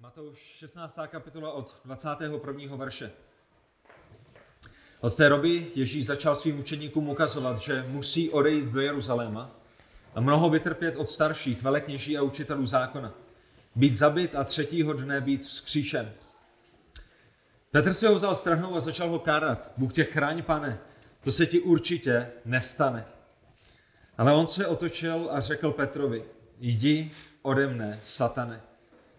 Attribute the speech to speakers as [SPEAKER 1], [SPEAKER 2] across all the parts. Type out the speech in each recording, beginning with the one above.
[SPEAKER 1] Matouš 16. kapitola od 21. verše. Od té doby Ježíš začal svým učeníkům ukazovat, že musí odejít do Jeruzaléma a mnoho vytrpět od starších, velekněží a učitelů zákona, být zabit a třetího dne být vzkříšen. Petr si ho vzal strhnou a začal ho kárat. Bůh tě chraň, pane, to se ti určitě nestane. Ale on se otočil a řekl Petrovi, jdi ode mne, satane.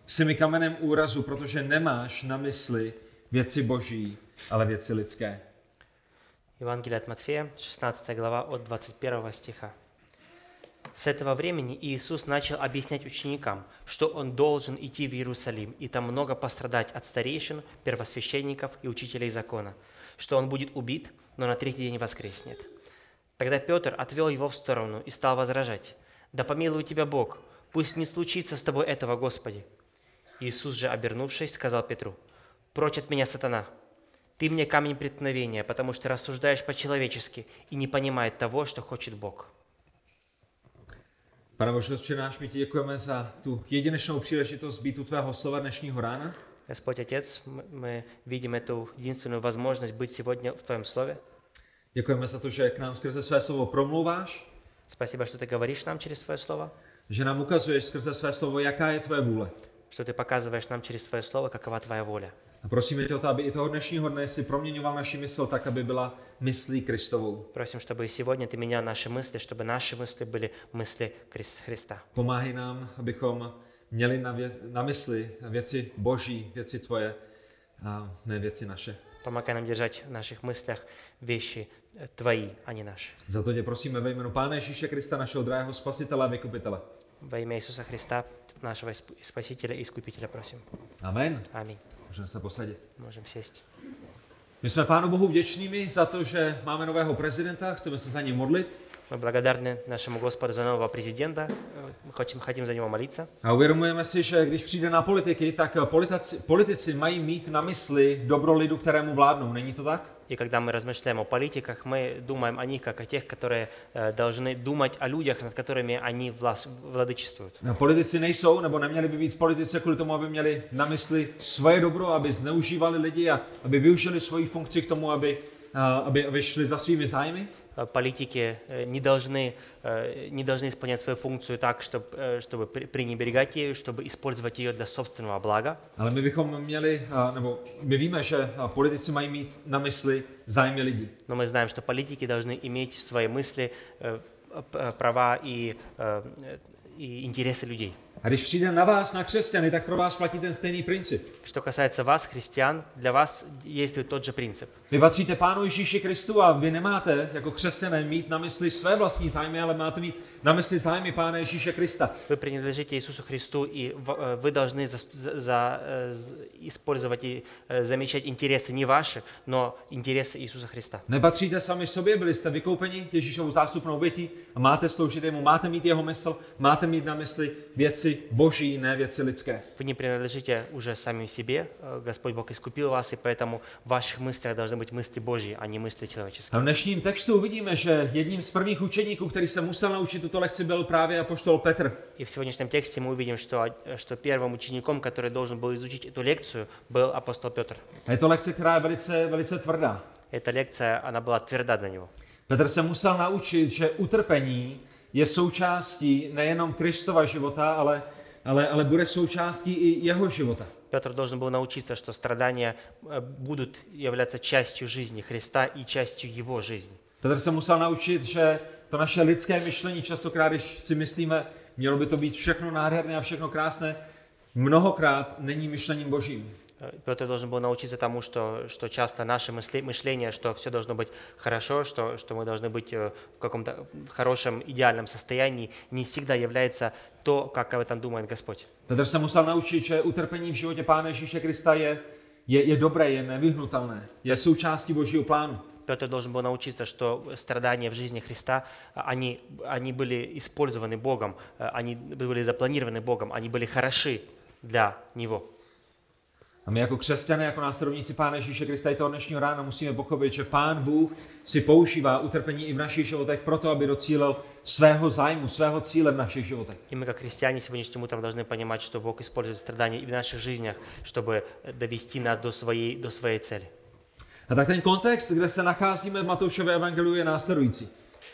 [SPEAKER 1] Jsi mi kamenem úrazu, protože nemáš na mysli věci boží, ale věci lidské.
[SPEAKER 2] Евангелие от Матфея, 16 глава от 21 стиха. С этого времени Иисус начал объяснять ученикам, что Он должен идти в Иерусалим и там много пострадать от старейшин, первосвященников и учителей закона, что Он будет убит, но на третий день воскреснет. Тогда Петр отвел его в сторону и стал возражать, «Да помилуй тебя Бог, пусть не случится с тобой этого, Господи!» Иисус же, обернувшись, сказал Петру, «Прочь от меня, сатана! Ты мне камень преткновения, потому что рассуждаешь по-человечески и не понимает того, что хочет Бог».
[SPEAKER 1] Pane Bože, Otče náš, my ti děkujeme za tu jedinečnou příležitost být u tvého slova dnešního rána.
[SPEAKER 2] Господь Отец, м- мы видим эту единственную возможность быть сегодня в Твоем Слове.
[SPEAKER 1] Děkujeme za to, že k nám skrze své slovo promlouváš,
[SPEAKER 2] Спасибо, что Ты говоришь нам через Твое Слово,
[SPEAKER 1] že nám ukazuješ skrze své slovo, jaká je tvoje vůle.
[SPEAKER 2] что Ты показываешь нам через Твое Слово, какова Твоя воля.
[SPEAKER 1] A prosíme tě o to, aby i toho dnešního dne si proměňoval naši mysl tak, aby byla myslí Kristovou.
[SPEAKER 2] Просим, чтобы и сегодня Ты менял наши мысли, чтобы наши мысли были мысли Крис- Христа.
[SPEAKER 1] Pomáhej nám, abychom měli na, vě- na mysli věci boží, věci tvoje a ne věci naše.
[SPEAKER 2] Помогай нам держать в наших мыслях вещи э, Твои, а не наши.
[SPEAKER 1] Za to tě prosíme ve jménu Pána Ježíše Krista, našeho drahého spasitele a vykupitele.
[SPEAKER 2] Во имя Иисуса Христа, нашего Исп- Спасителя и Искупителя просим.
[SPEAKER 1] Amen.
[SPEAKER 2] Аминь.
[SPEAKER 1] Můžeme se posadit.
[SPEAKER 2] Можем сесть.
[SPEAKER 1] My jsme Pánu Bohu vděčnými za to, že máme nového prezidenta, chceme se za něj modlit
[SPEAKER 2] Мы благодарны нашему Господу за нового президента. Э, Мы хотим, хотим за него молиться.
[SPEAKER 1] a uvědomujeme si, že když přijde na politiky, tak politici, politici mají mít na mysli dobro lidu, kterému vládnou. Není to tak?
[SPEAKER 2] И когда мы размышляем о политиках, мы думаем о них как о тех, которые э, должны думать о людях, над которыми они влас- владычествуют.
[SPEAKER 1] No, Politici nejsou, nebo neměli by být v politice kvůli tomu, aby měli na mysli svoje dobro, aby zneužívali lidi a aby využili svoji funkci k tomu, aby, a, aby, aby šli za svými zájmy.
[SPEAKER 2] Э, Политики э, не должны, э, не должны исполнять свою функцию так, чтоб, э, чтобы при- пренебрегать ею, чтобы использовать ее для собственного блага.
[SPEAKER 1] Ale my bychom měli, a, nebo my víme, že a, politici mají mít na mysli zájmy lidí.
[SPEAKER 2] Но мы знаем, что политики должны иметь в своей мысли э, п- э, права и, э, э, и интересы людей.
[SPEAKER 1] A když přijde na vás, na křesťany, tak pro vás platí ten stejný princip.
[SPEAKER 2] Что касается вас, христиан, для вас действует тот же принцип.
[SPEAKER 1] Vy patříte Pánu Ježíši Kristu a vy nemáte jako křesťané mít na mysli své vlastní zájmy, ale máte mít na mysli zájmy Pána Ježíše Krista.
[SPEAKER 2] Вы принадлежите Иисусу Христу, и в- э, вы должны зас- за- за- э, з- использовать и э, замечать интересы не ваши, но интересы Иисуса Христа.
[SPEAKER 1] Nepatříte sami sobě, byli jste vykoupeni Ježíšovou zástupnou obětí a máte sloužit jemu, máte mít jeho mysl, máte mít na mysli věci boží, ne věci lidské.
[SPEAKER 2] Вы не принадлежите уже самим себе, э, Господь Бог искупил вас, и поэтому в ваших мыслях должны быть мысли Божьи, а не мысли человеческие.
[SPEAKER 1] A v dnešním textu uvidíme, že jedním z prvních učeníků, který se musel naučit tuto lekci, byl právě apoštol Petr.
[SPEAKER 2] И в сегодняшнем тексте мы увидим, что, од- что первым учеником, который должен был изучить эту лекцию, был апостол Петр.
[SPEAKER 1] A je to lekce, která je velice, velice tvrdá.
[SPEAKER 2] Эта лекция, она была тверда для него.
[SPEAKER 1] Petr se musel naučit, že utrpení je součástí nejenom Kristova života, ale, ale, ale bude součástí i jeho života.
[SPEAKER 2] Петр должен был научиться, что страдания э, будут являться частью жизни Христа и частью его жизни.
[SPEAKER 1] Petr se musel naučit, že to naše lidské myšlení častokrát, když si myslíme, mělo by to být všechno nádherné a všechno krásné, mnohokrát není myšlením božím.
[SPEAKER 2] Э, Петр должен был научиться тому, что, что часто наше мысли- мышление, что все должно быть хорошо, что, что мы должны быть э, в каком-то хорошем, идеальном состоянии, не всегда является то, как об этом думает Господь.
[SPEAKER 1] Petr se musel naučit, že utrpení v životě Pána Ježíše Krista je, je, je dobré, je nevyhnutelné, je součástí božího plánu.
[SPEAKER 2] Петр должен был научиться, что страдания в жизни Христа, а, они, они были использованы Богом, а, э, они были запланированы Богом, они были хороши для Него.
[SPEAKER 1] A my jako křesťané, jako následovníci Pána Ježíše Krista i toho dnešního rána musíme pochopit, že Pán Bůh si používá utrpení i v našich životech proto, aby docílil svého zájmu, svého cíle v našich životech.
[SPEAKER 2] И мы, как христиане, сегодняшним утром должны понимать, что Бог использует страдания и в наших жизнях, чтобы довести нас до своей, до своей цели.
[SPEAKER 1] A tak ten kontext, kde se nacházíme v Matoušově evangeliu, je následující.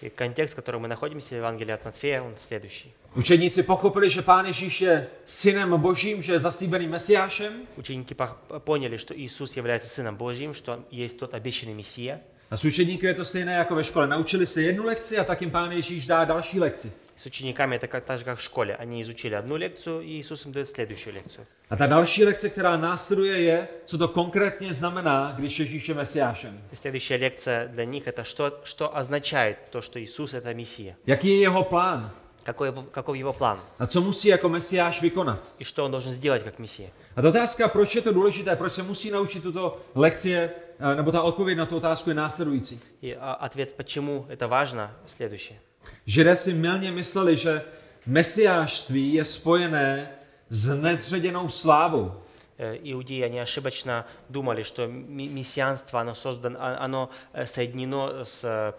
[SPEAKER 2] И контекст, в котором мы находимся в Евангелии от Матфея, он следующий.
[SPEAKER 1] Učedníci pochopili, že Pán Ježíš je synem božím, že je zaslíbeným mesiášem
[SPEAKER 2] Ученики пох- поняли, что Иисус является Сыном Божьим, что Он есть тот обещанный Мессия.
[SPEAKER 1] a s učedníky je to stejné jako ve škole. Naučili se jednu lekci a tak jim Pán Ježíš dá další lekci.
[SPEAKER 2] С учениками это как, так же, как в школе. Они изучили одну лекцию, и Иисус им дает следующую лекцию.
[SPEAKER 1] A ta další lekce, která následuje, je, co to konkrétně znamená, když Ježíš je mesiášem.
[SPEAKER 2] И следующая лекция для них – это что, что означает то, что Иисус – это Мессия.
[SPEAKER 1] Jaký je jeho plán
[SPEAKER 2] Какой, его- каков его план?
[SPEAKER 1] a co musí jako mesiáš vykonat.
[SPEAKER 2] И что он должен сделать как Мессия?
[SPEAKER 1] A ta otázka, proč je to důležité, proč se musí naučit tuto lekci, je, eh, nebo ta odpověď na tu otázku je následující.
[SPEAKER 2] И а, ответ, почему это важно, следующее.
[SPEAKER 1] Židé si milně mysleli, že mesiášství je spojené s nezředěnou slávou.
[SPEAKER 2] Э, Иудеи, они ошибочно думали, что ми- мессианство, оно, создан, а- оно э, соединено с, э,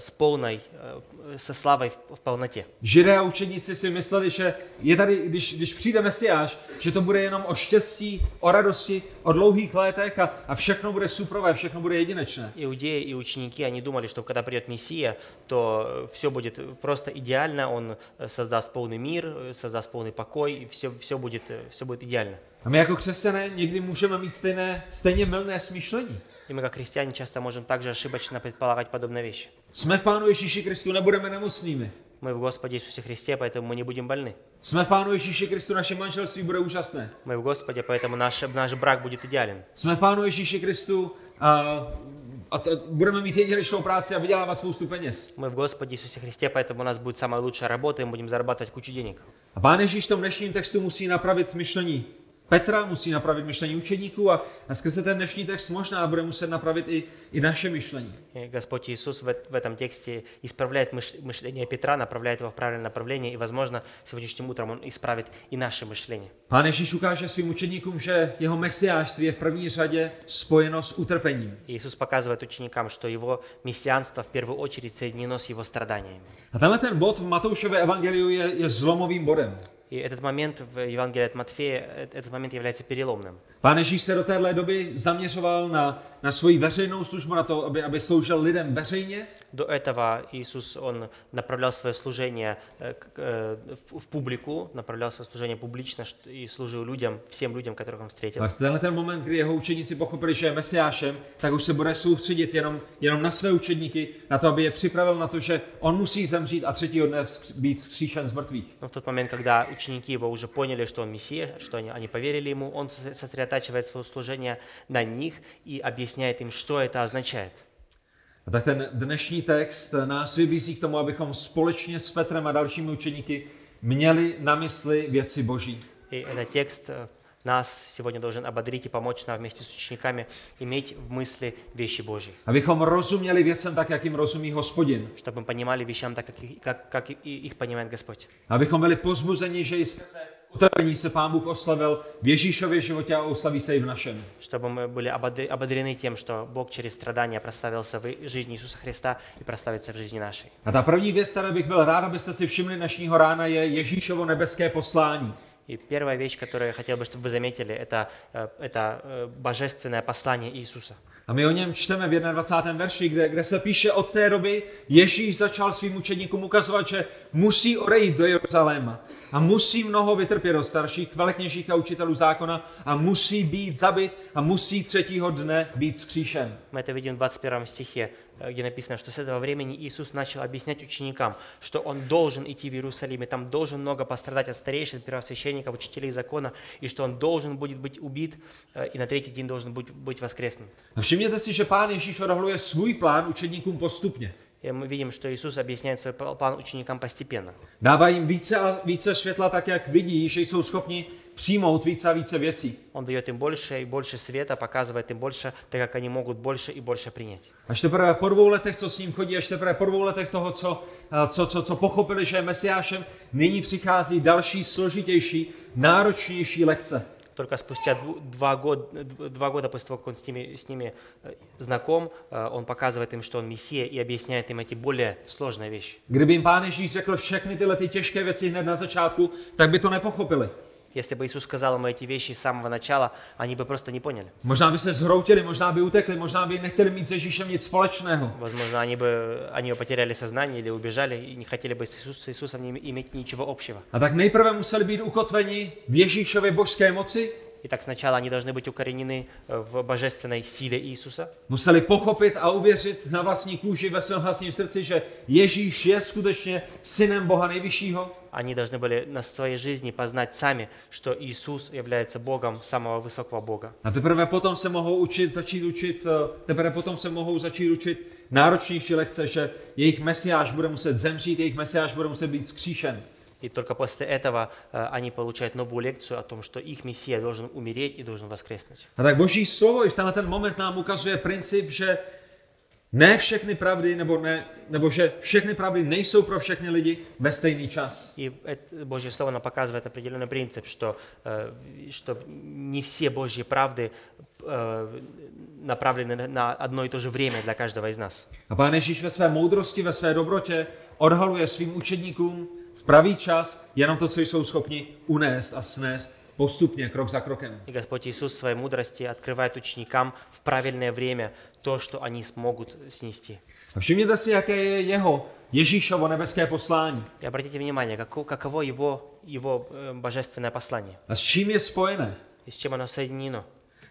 [SPEAKER 2] с полной, э, со славой в- в полноте.
[SPEAKER 1] Židé a učedníci si mysleli, že je tady, když, když přijde mesiáš, že to bude jenom o štěstí, o radosti, o dlouhých létech a, a všechno bude suprové, všechno bude jedinečné.
[SPEAKER 2] Иудеи и ученики, они думали, что когда придет Мессия, то все будет просто идеально, он э, создаст полный мир, э, создаст полный покой, и все, все, будет, все будет идеально.
[SPEAKER 1] A my jako křesťané někdy můžeme mít stejné, stejně milné smýšlení.
[SPEAKER 2] И мы, как христиане, часто можем также ошибочно предполагать подобные вещи.
[SPEAKER 1] Jsme v Pánu Ježíši Kristu, nebudeme nemocnými.
[SPEAKER 2] Мы в Господе Иисусе Христе, поэтому мы не будем больны.
[SPEAKER 1] Jsme v Pánu Ježíši Kristu, naše manželství bude úžasné.
[SPEAKER 2] Мы в Господе, поэтому наш, наш брак будет идеален.
[SPEAKER 1] Jsme v Pánu Ježíši Kristu a, a t- budeme mít jedinečnou práci a vydělávat spoustu peněz.
[SPEAKER 2] Мы в Господе Иисусе Христе, поэтому у нас будет самая лучшая работа, и мы будем зарабатывать кучу денег.
[SPEAKER 1] A Pán Ježíš v tom dnešním textu musí napravit myšlení Petra, musí napravit myšlení učedníků a, a skrze ten dnešní text možná bude muset napravit i, i naše myšlení.
[SPEAKER 2] И Господь Иисус в, эт- в этом тексте исправляет мыш- мышление Петра, направляет его в правильное направление, и, возможно, сегодняшним утром Он исправит и наше мышление.
[SPEAKER 1] Pán Ježíš ukáže svým učedníkům, že jeho mesiářství je v první řadě spojeno s utrpením.
[SPEAKER 2] И Иисус показывает ученикам, что его мессианство в первую очередь соединено с его страданиями.
[SPEAKER 1] A tenhle ten bod v Matoušově evangeliu je, je zlomovým bodem.
[SPEAKER 2] И этот момент в Евангелии от Матфея, э, этот момент является переломным.
[SPEAKER 1] Pán Ježíš se do téhle doby zaměřoval na, na svoji veřejnou službu, na to, aby, aby sloužil lidem veřejně,
[SPEAKER 2] До этого Иисус, Он направлял свое служение э, к- э, в в публику, направлял свое служение публично что- и служил людям, всем людям, которых Он встретил.
[SPEAKER 1] Ale v tenhle ten moment, kdy jeho učeníci pochopili, že je mesiášem, tak už se bude soustředit jenom, jenom na své učedníky, na to, aby je připravil na to, že on musí zemřít a třetího dne vzkř- být vzkříšen z mrtvých.
[SPEAKER 2] Но в тот момент, когда ученики его уже поняли, что он Мессия, что они, они поверили ему, он со- сосредотачивает свое служение на них и объясняет им, что это означает.
[SPEAKER 1] A tak ten dnešní text nás vybízí k tomu, abychom společně s Petrem a dalšími učeníky měli na mysli věci boží.
[SPEAKER 2] И этот текст э, нас сегодня должен ободрить и помочь нам вместе с учениками иметь в мысли вещи Божьи,
[SPEAKER 1] Abychom rozuměli věcem так, jak jim rozumí hospodin.
[SPEAKER 2] чтобы мы понимали вещам так, как, их- как, как и- и их понимает Господь.
[SPEAKER 1] Abychom byli pozbuzeni, že i skrze utrpení se Pán Bůh oslavil v Ježíšově životě a oslaví se i v našem.
[SPEAKER 2] Чтобы мы были ободр- ободрены тем, что Бог через страдания прославился в и- жизни Иисуса Христа и прославится в жизни нашей.
[SPEAKER 1] A ta první věc, které bych byl rád, abyste si všimli dnešního rána, je Ježíšovo nebeské poslání.
[SPEAKER 2] И первая вещь, которую я хотел бы, чтобы вы заметили, это, э, это э, божественное послание Иисуса.
[SPEAKER 1] A my o něm čteme v 21. verši, kde, kde se píše od té doby Ježíš začal svým učedníkům ukazovat, že musí odejít do Jeruzaléma a musí mnoho vytrpět od starších, velekněžích a učitelů zákona a musí být zabit a musí třetího dne být skříšen.
[SPEAKER 2] Мы это видим в 21 стихе, э, где написано, что с этого времени Иисус начал объяснять ученикам, что Он должен идти в Иерусалим, и там должен много пострадать от старейшин, первосвященников, учителей закона, и что Он должен будет быть убит, э, и на третий день должен быть, быть воскреснут.
[SPEAKER 1] A všimněte si, že pán Ježíš odhaluje svůj plán učedníkům postupně.
[SPEAKER 2] И мы видим, что Иисус объясняет свой пл- план ученикам постепенно.
[SPEAKER 1] Dává jim více a více světla, tak jak vidí, že jsou schopni přijmout více a více věcí.
[SPEAKER 2] Он дает им больше и больше света, показывает им больше, так как они могут больше и больше принять.
[SPEAKER 1] Až teprve po dvou letech, co s ním chodí, až teprve po dvou letech toho, co, a co, co, co pochopili, že je mesiášem, nyní přichází další složitější, náročnější lekce.
[SPEAKER 2] В только спустя дву- два, год- дв- два года после того, как он с ними, с ними э, знаком, э, он показывает им, что он Мессия, и объясняет им эти более сложные вещи.
[SPEAKER 1] Kdyby jim Pán Ježíš řekl všechny tyhle ty těžké věci hned na začátku, tak by to nepochopili.
[SPEAKER 2] Если бы Иисус сказал им эти вещи с самого начала, они бы просто не поняли.
[SPEAKER 1] Možná by se zhroutili, možná by utekli, možná by nechtěli mít s Ježíšem nic společného.
[SPEAKER 2] Возможно, они бы, они бы потеряли сознание или убежали и не хотели бы с, Иисус- с Иисусом не иметь ничего общего.
[SPEAKER 1] A tak nejprve museli být ukotveni v Ježíšově božské moci,
[SPEAKER 2] Итак, сначала они должны быть укоренены э, в божественной силе Иисуса,
[SPEAKER 1] museli pochopit a uvěřit na vlastní kůži ve svém vlastním srdci, že Ježíš je skutečně synem Boha nejvyššího.
[SPEAKER 2] они должны были на своей жизни познать сами, что Иисус является Богом, самого высокого Бога.
[SPEAKER 1] A teprve potom se mohou učit, začít učit, eh, teprve potom se mohou začít učit náročnější lekce, že jejich mesiáš bude muset zemřít, jejich mesiáš bude muset být skříšen.
[SPEAKER 2] И только после этого э, они получают новую лекцию о том, что их Мессия должен умереть и должен воскреснуть.
[SPEAKER 1] A tak boží slovo i v tenhle ten moment nám ukazuje princip, že ne všechny pravdy, nebo, ne, nebo že všechny pravdy nejsou pro všechny lidi ve stejný čas.
[SPEAKER 2] И это- Божье Слово нам показывает определенный принцип, что, э, что не все Божьи правды э, направлены на- на одно и то же время для каждого из нас.
[SPEAKER 1] A Pán Ježíš ve své moudrosti, ve své dobrotě odhaluje svým učedníkům v pravý čas jenom to, co jsou schopni unést a snést postupně, krok za krokem.
[SPEAKER 2] И Господь Иисус в своей мудрости открывает ученикам в правильное время то, что они смогут снести.
[SPEAKER 1] A všimněte si, jaké je jeho, Ježíšovo nebeské poslání.
[SPEAKER 2] И обратите внимание, како- каково его, его э, божественное послание,
[SPEAKER 1] A s čím je spojené?
[SPEAKER 2] и с чем оно соединено.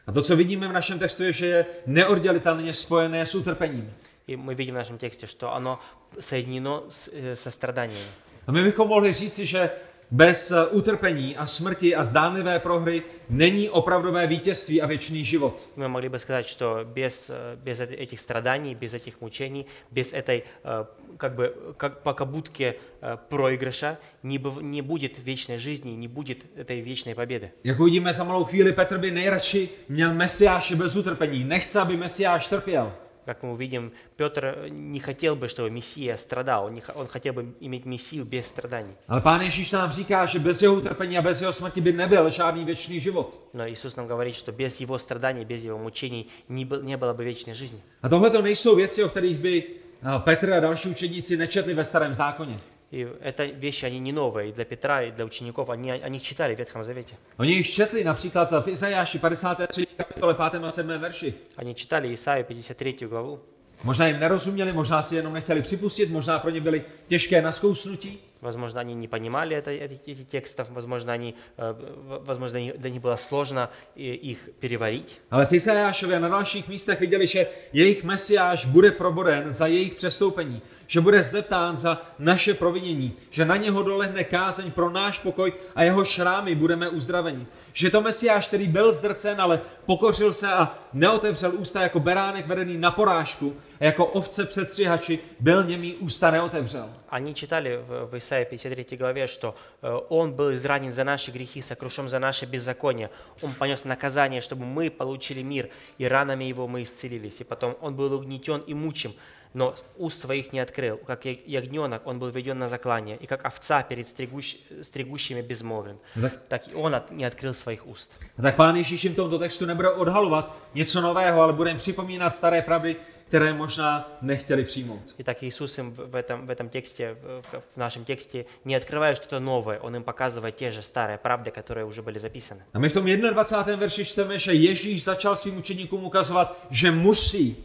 [SPEAKER 1] A to, co vidíme v našem textu, je, že je neoddělitelně spojené s utrpením.
[SPEAKER 2] И мы видим в нашем тексте, что оно соединено с, э, со страданиями.
[SPEAKER 1] A my bychom mohli říci, že bez eh, utrpení a smrti a zdánlivé prohry není opravdové vítězství a věčný život.
[SPEAKER 2] Мы могли бы сказать, что без, э, без эт- этих страданий, без этих мучений, без этой э, как бы как, покабутки э, проигрыша не, быв- не будет вечной жизни, не будет этой вечной победы.
[SPEAKER 1] Jak uvidíme za malou chvíli, Petr by nejradši měl mesiáše bez utrpení. Nechce, aby mesiáš trpěl.
[SPEAKER 2] Как мы увидим, Петр э, не хотел бы, чтобы Мессия страдал, он, не х- он хотел бы иметь Мессию без страданий.
[SPEAKER 1] Ale Pán Ježíš nám říká, že bez jeho utrpení a bez jeho smrti by nebyl žádný věčný život.
[SPEAKER 2] Но Иисус нам говорит, что без его страданий, без его мучений не, был- не было бы вечной жизни.
[SPEAKER 1] A tohle to nejsou věci, o kterých by eh, Petr a další učedníci nečetli ve starém zákoně.
[SPEAKER 2] И это вещи, они не новые. И для Петра, и для учеников, они о них čítali v Ветхом Завете.
[SPEAKER 1] Oni jich četli například eh, v Izajáši 53. kapitole 5. a 7. verši.
[SPEAKER 2] Они читали Исаию 53 главу.
[SPEAKER 1] Možná jim nerozuměli, možná si jenom nechtěli připustit, možná pro ně byly těžké naskousnutí,
[SPEAKER 2] Возможно, они не понимали это, эти, эти текстов, возможно, они, э, в- возможно, они- для них было сложно э, их переварить.
[SPEAKER 1] ale v Izajášově a na dalších místech viděli, že jejich mesiáš bude proboden za jejich přestoupení, že bude zdeptán za naše provinění, že na něho dolehne kázeň pro náš pokoj a jeho šrámy budeme uzdraveni. Že to mesiáš, který byl zdrcen, ale pokořil se a neotevřel ústa jako beránek vedený na porážku a jako ovce před střihači byl němý ústa neotevřel.
[SPEAKER 2] Они читали в, в Исаии 53 главе, что э, «Он был изранен за наши грехи, сокрушен за наше беззаконие. Он понес наказание, чтобы мы получили мир, и ранами его мы исцелились. И потом он был угнетен и мучим, но уст своих не открыл. Как я- ягненок он был введен на заклание, и как овца перед стригущ- стригущими безмолвен.
[SPEAKER 1] Да.
[SPEAKER 2] Так и он от- не открыл своих уст».
[SPEAKER 1] A tak pán Ježíš jim v tomto textu nebude odhalovat něco nového, ale bude jim připomínat staré pravdy, které možná nechtěli přijmout.
[SPEAKER 2] Итак, Иисус им в в этом, в этом тексте, в в нашем тексте не открывает что-то новое, Он им показывает те же старые правды, которые уже были записаны.
[SPEAKER 1] A my v tom 21. verši čteme, že Ježíš začal svým učeníkům ukazovat, že musí.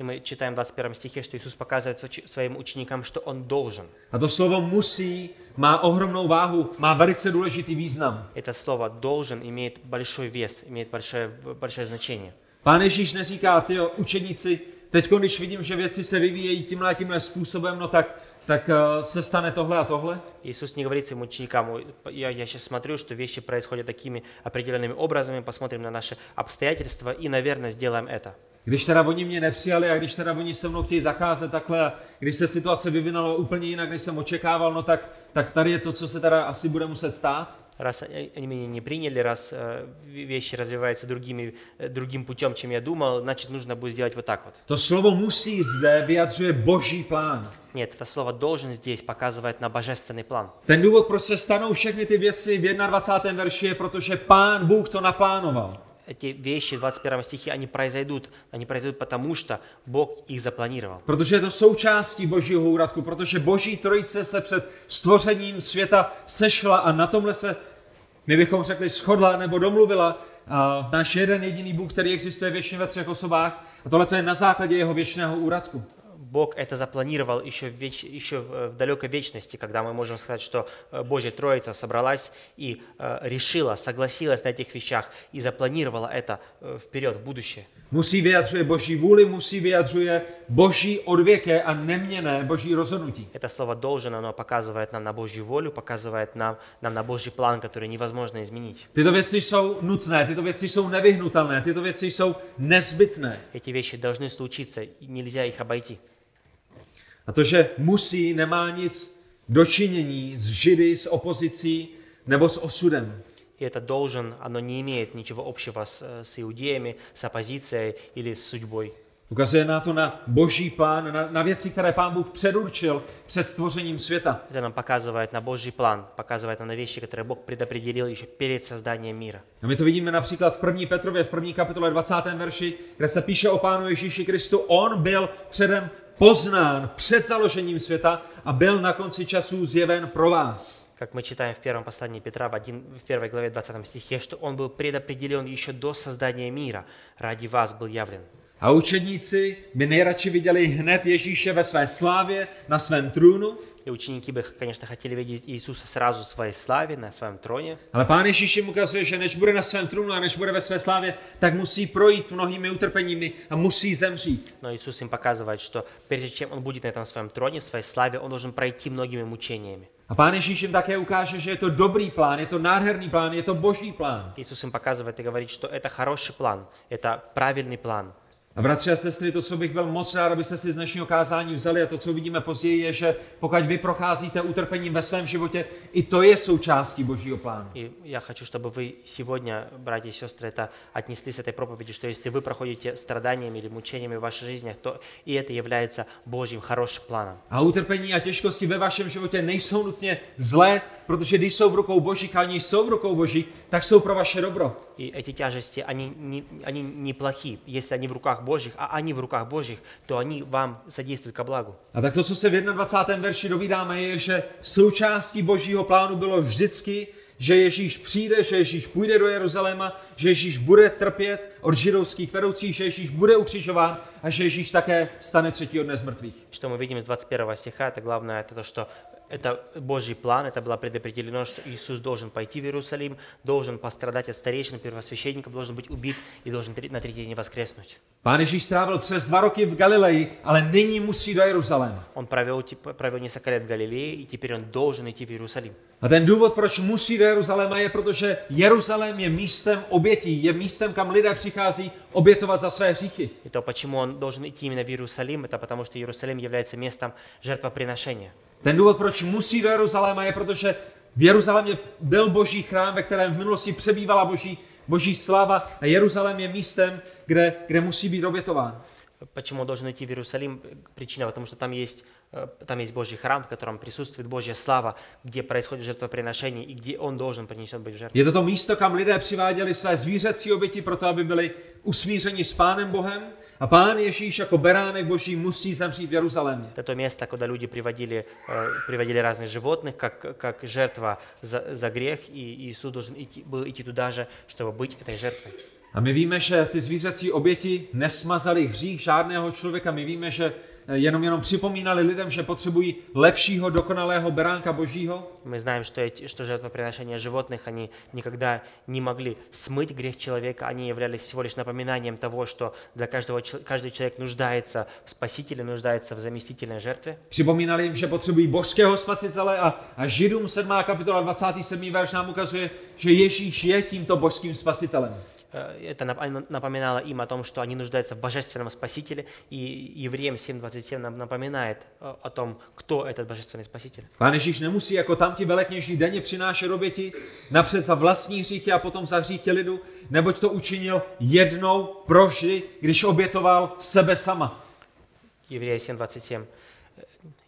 [SPEAKER 2] И мы читаем в 21 стихе, что Иисус показывает сво- своим ученикам, что Он должен.
[SPEAKER 1] A to slovo musí má ohromnou váhu, má velice důležitý význam.
[SPEAKER 2] Это слово «должен» имеет большой вес, имеет большое, большое значение.
[SPEAKER 1] Pán Ježíš neříká, ty učeníci, teď když vidím, že věci se vyvíjejí tímhle a tímhle způsobem, no tak, tak eh, se stane tohle a tohle.
[SPEAKER 2] Иисус не говорит своим ученикам, «Ой, я, сейчас смотрю, что вещи происходят такими определенными образами, посмотрим на наши обстоятельства и, наверное, сделаем это.
[SPEAKER 1] Když teda oni mě nepřijali a když teda oni se mnou chtějí zacházet takhle, a když se situace vyvinula úplně jinak, než jsem očekával, no tak, tak tady je to, co se teda asi bude muset stát.
[SPEAKER 2] А раз э, они меня не приняли, раз э, ве- вещи развиваются другими, э, другим путем, чем я думал, значит, нужно будет сделать вот так вот.
[SPEAKER 1] To slovo musí zde vyjadřuje boží plán.
[SPEAKER 2] Нет, это слово «должен» здесь показывает на божественный план.
[SPEAKER 1] Ten důvod, proč se stanou všechny ty věci v 21. verši, je protože pán Bůh to naplánoval.
[SPEAKER 2] Эти вещи в 21 стихе, они произойдут. Они произойдут потому, что Бог их запланировал.
[SPEAKER 1] Protože je to součástí božího úradku, protože boží trojice se před stvořením světa sešla a na tomhle se, my bychom řekli, shodla nebo domluvila a náš jeden jediný Bůh, který existuje věčně ve třech osobách a tohle to je na základě jeho věčného úradku.
[SPEAKER 2] Бог это запланировал еще, в веч- еще в в далекой вечности, когда мы можем сказать, что э, Божья Троица собралась и э, решила, согласилась на этих вещах и запланировала это э, вперед, в будущее.
[SPEAKER 1] Musí vyjadřuje boží vůli, musí vyjadřuje boží odvěké a neměné boží rozhodnutí.
[SPEAKER 2] Это слово «должен», оно показывает нам на Божью волю, показывает нам, нам на Божий план, который невозможно изменить.
[SPEAKER 1] Tyto věci jsou nutné, tyto věci jsou nevyhnutelné, tyto věci jsou nezbytné.
[SPEAKER 2] Эти вещи должны случиться, и нельзя их обойти.
[SPEAKER 1] A to, že musí, nemá nic dočinění s židy, s opozicí nebo s osudem.
[SPEAKER 2] И это должен, оно не имеет ничего общего с, э, с иудеями, с оппозицией или с судьбой.
[SPEAKER 1] Ukazuje na to na boží plán, na, na věci, které pán Bůh předurčil před stvořením světa.
[SPEAKER 2] Это нам показывает на Божий план, показывает нам на вещи, которые Бог предопределил еще перед созданием мира.
[SPEAKER 1] A my to vidíme například v 1. Petrově, v 1. kapitole 20. verši, kde se píše o pánu Ježíši Kristu. On byl předem poznán před založením světa a byl na konci časů zjeven pro vás.
[SPEAKER 2] Как мы читаем в первом послании Петра в, один, в первой главе 20 стихе, что он был предопределен еще до создания мира, ради вас был явлен.
[SPEAKER 1] A učedníci by nejradši viděli hned Ježíše ve své slávě, na svém trůnu,
[SPEAKER 2] И ученики бы, конечно, хотели видеть Иисуса сразу в своей славе, на своем троне.
[SPEAKER 1] Ale pán Ježíš jim ukazuje, že než bude na svém trůnu a než bude ve své slávě, tak musí projít mnohými utrpeními a musí zemřít.
[SPEAKER 2] Но Иисус им показывает, что прежде чем он будет на этом своем троне, в своей славе, он должен пройти многими мучениями.
[SPEAKER 1] A pán Ježíš jim také ukáže, že je to dobrý plán, je to nádherný plán, je to boží plán.
[SPEAKER 2] Иисус им показывает и говорит, что это хороший план, это правильный план.
[SPEAKER 1] A bratři a sestry, to, co bych byl moc rád, abyste si z dnešního kázání vzali a to, co vidíme později, je, že pokud vy procházíte utrpením ve svém životě, i to je součástí božího plánu.
[SPEAKER 2] И я хочу, чтобы вы сегодня, братья и сестры, это отнеслись с этой проповеди, что если вы проходите страданиями или мучениями в вашей жизни, то и это является Божьим хорошим планом.
[SPEAKER 1] A utrpení a těžkosti ve vašem životě nejsou nutně zlé, protože když jsou v rukou božích a oni jsou v rukou božích, tak jsou pro vaše dobro.
[SPEAKER 2] И эти тяжести, они, не, они неплохи. Если они в руках Божьих, а они в руках Божьих, то они вам содействуют ко благу.
[SPEAKER 1] A tak to, co se v 21. verši dovídáme, je, že součástí božího plánu bylo vždycky, že Ježíš přijde, že Ježíš půjde do Jeruzaléma, že Ježíš bude trpět od židovských vedoucích, že Ježíš bude ukřižován a že Ježíš také vstane třetího dne z mrtvých.
[SPEAKER 2] Что мы видим с 21 стиха, это главное, это то, что это Божий план, это было предопределено, что Иисус должен пойти в Иерусалим, должен пострадать от старейшин, первосвященников, должен быть убит и должен три- на третий день воскреснуть.
[SPEAKER 1] Pán Ježíš strávil přes dva roky v Galileji, ale nyní musí do Jeruzaléma.
[SPEAKER 2] Он провел, тип- провел несколько лет в Галилее, и теперь он должен идти в Иерусалим.
[SPEAKER 1] A ten důvod, proč musí do Jeruzaléma, je, protože Jeruzalém je místem obětí, je místem, kam lidé přichází obětovat za své hříchy.
[SPEAKER 2] И то, почему он должен идти именно в Иерусалим, это потому, что Иерусалим является местом жертвоприношения.
[SPEAKER 1] Ten důvod, proč musí do Jeruzaléma, je, protože v Jeruzalémě byl boží chrám, ve kterém v minulosti přebývala boží, boží sláva a Jeruzalém je místem, kde, kde musí být obětován.
[SPEAKER 2] Почему он должен идти в Иерусалим? Причина, потому что там есть, э, там есть Божий храм, в котором присутствует Божья слава, где происходит жертвоприношение и где он должен принесен быть в жертву.
[SPEAKER 1] Je to to místo, kam lidé přiváděli své zvířecí oběti proto, aby byli usmířeni s Pánem Bohem a Pán Ježíš jako beránek boží musí zemřít v Jeruzalémě.
[SPEAKER 2] Это то место, куда люди приводили, э, приводили разных животных, как, как жертва за, за грех, и Иисус должен идти, был идти туда же, чтобы быть этой жертвой.
[SPEAKER 1] A my víme, že ty zvířecí oběti nesmazaly hřích žádného člověka. My víme, že eh, jenom jenom připomínali lidem, že potřebují lepšího, dokonalého beránka božího.
[SPEAKER 2] Мы знаем, что, эти, что жертвоприношения животных, они никогда не могли смыть грех человека, они являлись всего лишь напоминанием того, что для каждого, чел- каждый человек нуждается в спасителе, нуждается в заместительной жертве.
[SPEAKER 1] Připomínali jim, že potřebují božského spasitele a, a Židům 7. kapitola 27. verš nám ukazuje, že Ježíš je tímto božským spasitelem.
[SPEAKER 2] э, это нап- оно напоминало им о том, что они нуждаются в божественном спасителе, и Евреям 7.27 нам напоминает э, о том, кто этот божественный спаситель.
[SPEAKER 1] Pán Ježíš nemusí jako tam ti velekněží denně přinášet oběti, napřed za vlastní hříchy a potom za hříchy lidu, neboť to učinil jednou provždy, když obětoval sebe sama.
[SPEAKER 2] Еврея 7.27. э,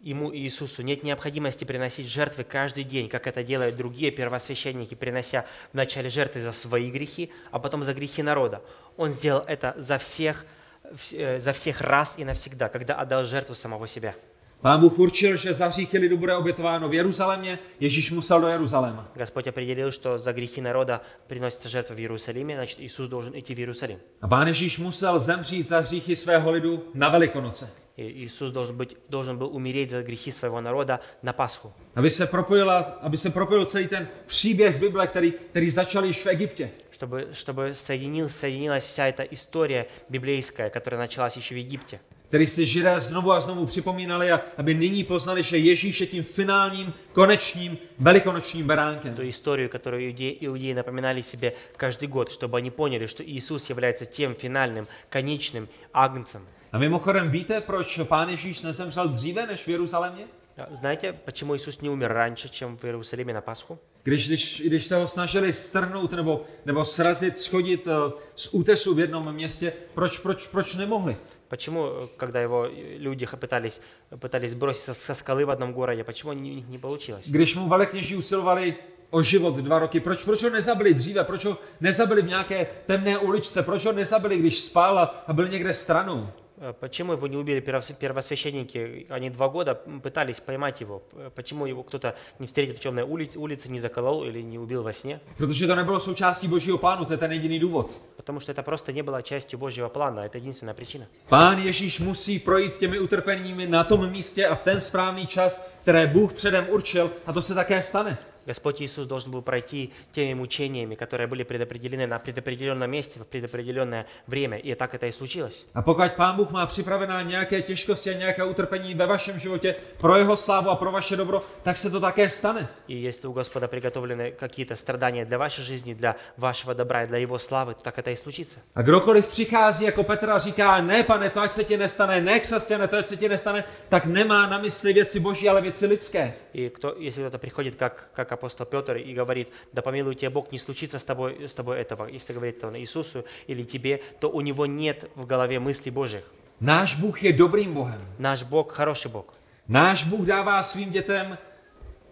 [SPEAKER 2] Ему, Иисусу, нет необходимости приносить жертвы каждый день, как это делают другие первосвященники, принося вначале жертвы за свои грехи, а потом за грехи народа. Он сделал это за всех, вс- э, за всех раз и навсегда, когда отдал жертву самого себя.
[SPEAKER 1] Pán Bůh určil, že za hříchy lidu bude obětováno v Jeruzalémě, Ježíš musel do Jeruzaléma.
[SPEAKER 2] Господь определил, что за грехи народа приносится жертва в Иерусалиме, значит, Иисус должен идти в Иерусалим.
[SPEAKER 1] A pán Ježíš musel zemřít za hříchy svého lidu na Velikonoce,
[SPEAKER 2] И Иисус должен, быть, должен был умереть за грехи своего народа на Пасху.
[SPEAKER 1] aby se, propojila, aby se propojil celý ten příběh Bible, který, který začal již v Egyptě.
[SPEAKER 2] чтобы, чтобы соединил, соединилась вся эта история библейская, которая началась еще в Египте,
[SPEAKER 1] který si Židé znovu a znovu připomínali, a aby nyní poznali, že Ježíš je tím finálním, konečným, velikonočním beránkem.
[SPEAKER 2] ту историю, которую иуде- иудеи напоминали себе каждый год, чтобы они поняли, что Иисус является тем финальным, конечным агнцем.
[SPEAKER 1] A mimochodem víte, proč pán Ježíš nezemřel dříve než v Jeruzalémě?
[SPEAKER 2] А Знаете, почему Иисус не умер раньше, чем в Иерусалиме на Пасху?
[SPEAKER 1] Když, když, když se ho snažili strhnout nebo, nebo srazit, schodit eh, z útesu v jednom městě, proč, proč, proč nemohli?
[SPEAKER 2] Почему, э, когда его э, люди х- пытались, пытались бросить со, со скалы в одном городе, почему у них не получилось?
[SPEAKER 1] Když mu velekněží usilovali o život dva roky, proč, proč ho nezabili dříve, proč ho nezabili v nějaké temné uličce, proč ho nezabili, když spál a- a byl někde stranou?
[SPEAKER 2] Э, Почему его не убили первос- первосвященники? Они два года м, пытались поймать его. Э, Почему его кто-то не встретил в темной улице, улице, не заколол или не убил во сне?
[SPEAKER 1] Protože to nebylo součástí Božího plánu, to je ten jediný důvod.
[SPEAKER 2] Потому что это просто не было частью Божьего плана. Это единственная причина.
[SPEAKER 1] Pán Ježíš musí projít těmi utrpeními na tom místě a v ten správný čas, které Bůh předem určil, a to se také stane.
[SPEAKER 2] Господь Иисус должен был пройти теми мучениями, которые были предопределены на предопределенном месте, в предопределенное время. И так это и случилось.
[SPEAKER 1] A pokud Pán Bůh má připravená nějaké těžkosti a nějaké utrpení ve vašem životě pro jeho slávu a pro vaše dobro, tak se to také stane.
[SPEAKER 2] И если у Господа приготовлены какие-то страдания для вашей жизни, для вашего добра и для Его славы, то так это и случится.
[SPEAKER 1] A kdokoliv přichází jako Petr a říká, ne pane, to ať se ti nestane, ne křesťané, to ať se ti nestane, tak nemá na mysli věci boží, ale věci lidské.
[SPEAKER 2] И кто, если кто-то приходит, как, как апостол Петр, и говорит, да помилуй тебя Бог, не случится с тобой, с тобой этого, если говорит он Иисусу или тебе, то у него нет в голове мыслей Божьих.
[SPEAKER 1] Náš Bůh je dobrým Bohem.
[SPEAKER 2] Наш Бог – хороший Бог.
[SPEAKER 1] Náš Bůh dává svým dětem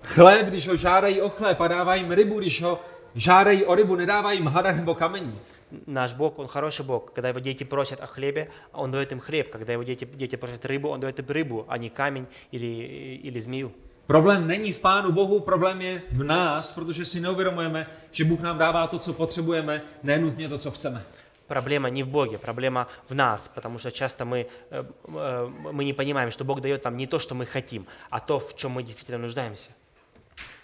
[SPEAKER 1] chléb, když ho žádají o chléb a dává jim rybu, když ho žádají o rybu, nedává jim hada nebo kamení.
[SPEAKER 2] Наш Бог, Он хороший Бог. Когда его дети просят о хлебе, Он дает им хлеб. Когда его дети, дети просят рыбу, Он дает им рыбу, а не камень или, или змею.
[SPEAKER 1] Problém není v Pánu Bohu, problém je v nás, protože si neuvědomujeme, že Bůh nám dává to, co potřebujeme, ne nutně to, co chceme.
[SPEAKER 2] Проблема не в Боге, проблема в нас, потому что часто мы, э, э, мы не понимаем, что Бог дает нам не то, что мы хотим, а то, в чем мы действительно нуждаемся.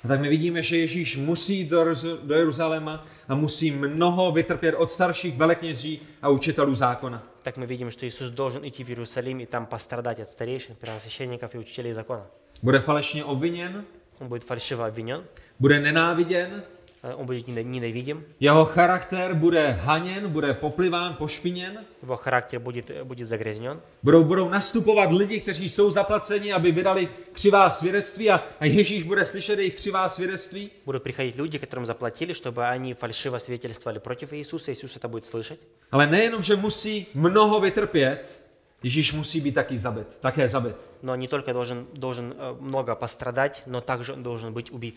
[SPEAKER 1] A tak my vidíme, že Ježíš musí jít do, Jeruzo- do Jeruzaléma a musí mnoho vytrpět od starších velekněží a učitelů zákona.
[SPEAKER 2] Так мы видим, что Иисус должен идти в Иерусалим и там пострадать от старейшин, первосвященников и учителей закона.
[SPEAKER 1] Bude falešně obviněn,
[SPEAKER 2] Он будет фальшиво обвинен,
[SPEAKER 1] bude неnáviděn,
[SPEAKER 2] э, он будет недо- ненавидим,
[SPEAKER 1] jeho charakter bude haněn, bude popliván, pošpiněn.
[SPEAKER 2] его характер будет, э, будет загрязнен.
[SPEAKER 1] Budou, budou nastupovat lidi, kteří jsou zaplaceni, aby vydali křivá svědectví a, a Ježíš bude slyšet jejich křivá svědectví.
[SPEAKER 2] Будут приходить люди, которым заплатили, чтобы они фальшиво свидетельствовали против Иисуса, Иисус это будет слышать.
[SPEAKER 1] Ale nejenom, že musí mnoho vytrpět, Ježíš musí být taky zabit, také zabit.
[SPEAKER 2] Но не только должен, должен э, много пострадать, но также он должен быть убит.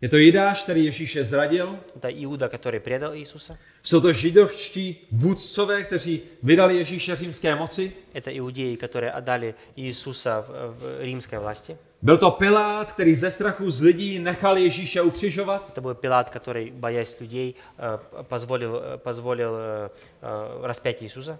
[SPEAKER 1] Je to Jidáš, který Ježíše zradil,
[SPEAKER 2] Это Иуда, который предал Иисуса.
[SPEAKER 1] jsou to židovští vůdcové, kteří vydali Ježíše římské moci,
[SPEAKER 2] Это иудеи, которые отдали Иисуса в, э, в римской власти.
[SPEAKER 1] byl to Pilát, který ze strachu z lidí nechal Ježíše ukřižovat,
[SPEAKER 2] Это был Пилат, который, боясь людей, э, позволил, э, позволил э, э, распять Иисуса.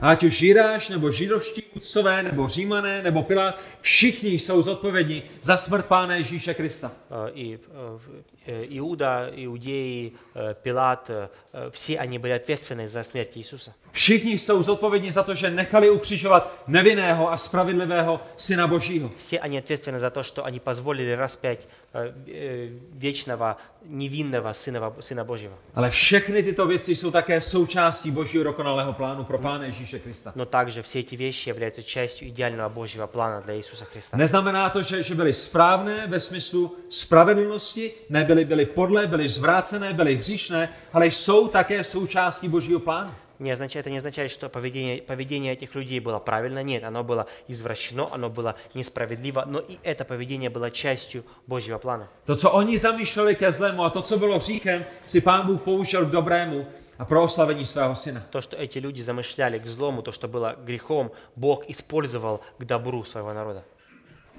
[SPEAKER 1] Ať už Jidáš, nebo židovští vůdcové, nebo římané, nebo Pilát, všichni jsou zodpovědní za smrt Pána Ježíše Krista.
[SPEAKER 2] Э, И э, в- э, Иуда, Иудеи, э, Пилат, э, э, все они были ответственны за смерть Иисуса.
[SPEAKER 1] Všichni jsou zodpovědní za to, že nechali ukřižovat nevinného a spravedlivého Syna Božího.
[SPEAKER 2] Все они ответственны за то, что они позволили распять э, э, вечного, невинного Сына, Во- Сына Божьего.
[SPEAKER 1] Ale všechny tyto věci jsou také součástí Božího dokonalého plánu pro Pána Ježíše Krista.
[SPEAKER 2] Но также все эти вещи являются частью идеального Божьего плана для Иисуса Христа.
[SPEAKER 1] Neznamená to, že, že byly správné ve smyslu spravedlnosti, nebyly byly podlé, byly zvrácené, byly hříšné, ale jsou také součástí Božího plánu.
[SPEAKER 2] Не означает, это не означает, что поведение, поведение этих людей было правильно. Нет, оно было извращено, оно было несправедливо, но и это поведение было частью Божьего плана.
[SPEAKER 1] To, co oni zamýšleli ke zlému a to, co bylo hříchem, si Pán Bůh použil k dobrému a pro oslavení svého syna.
[SPEAKER 2] То, что эти люди замышляли к злому, то, что было грехом, Бог использовал к добру своего народа.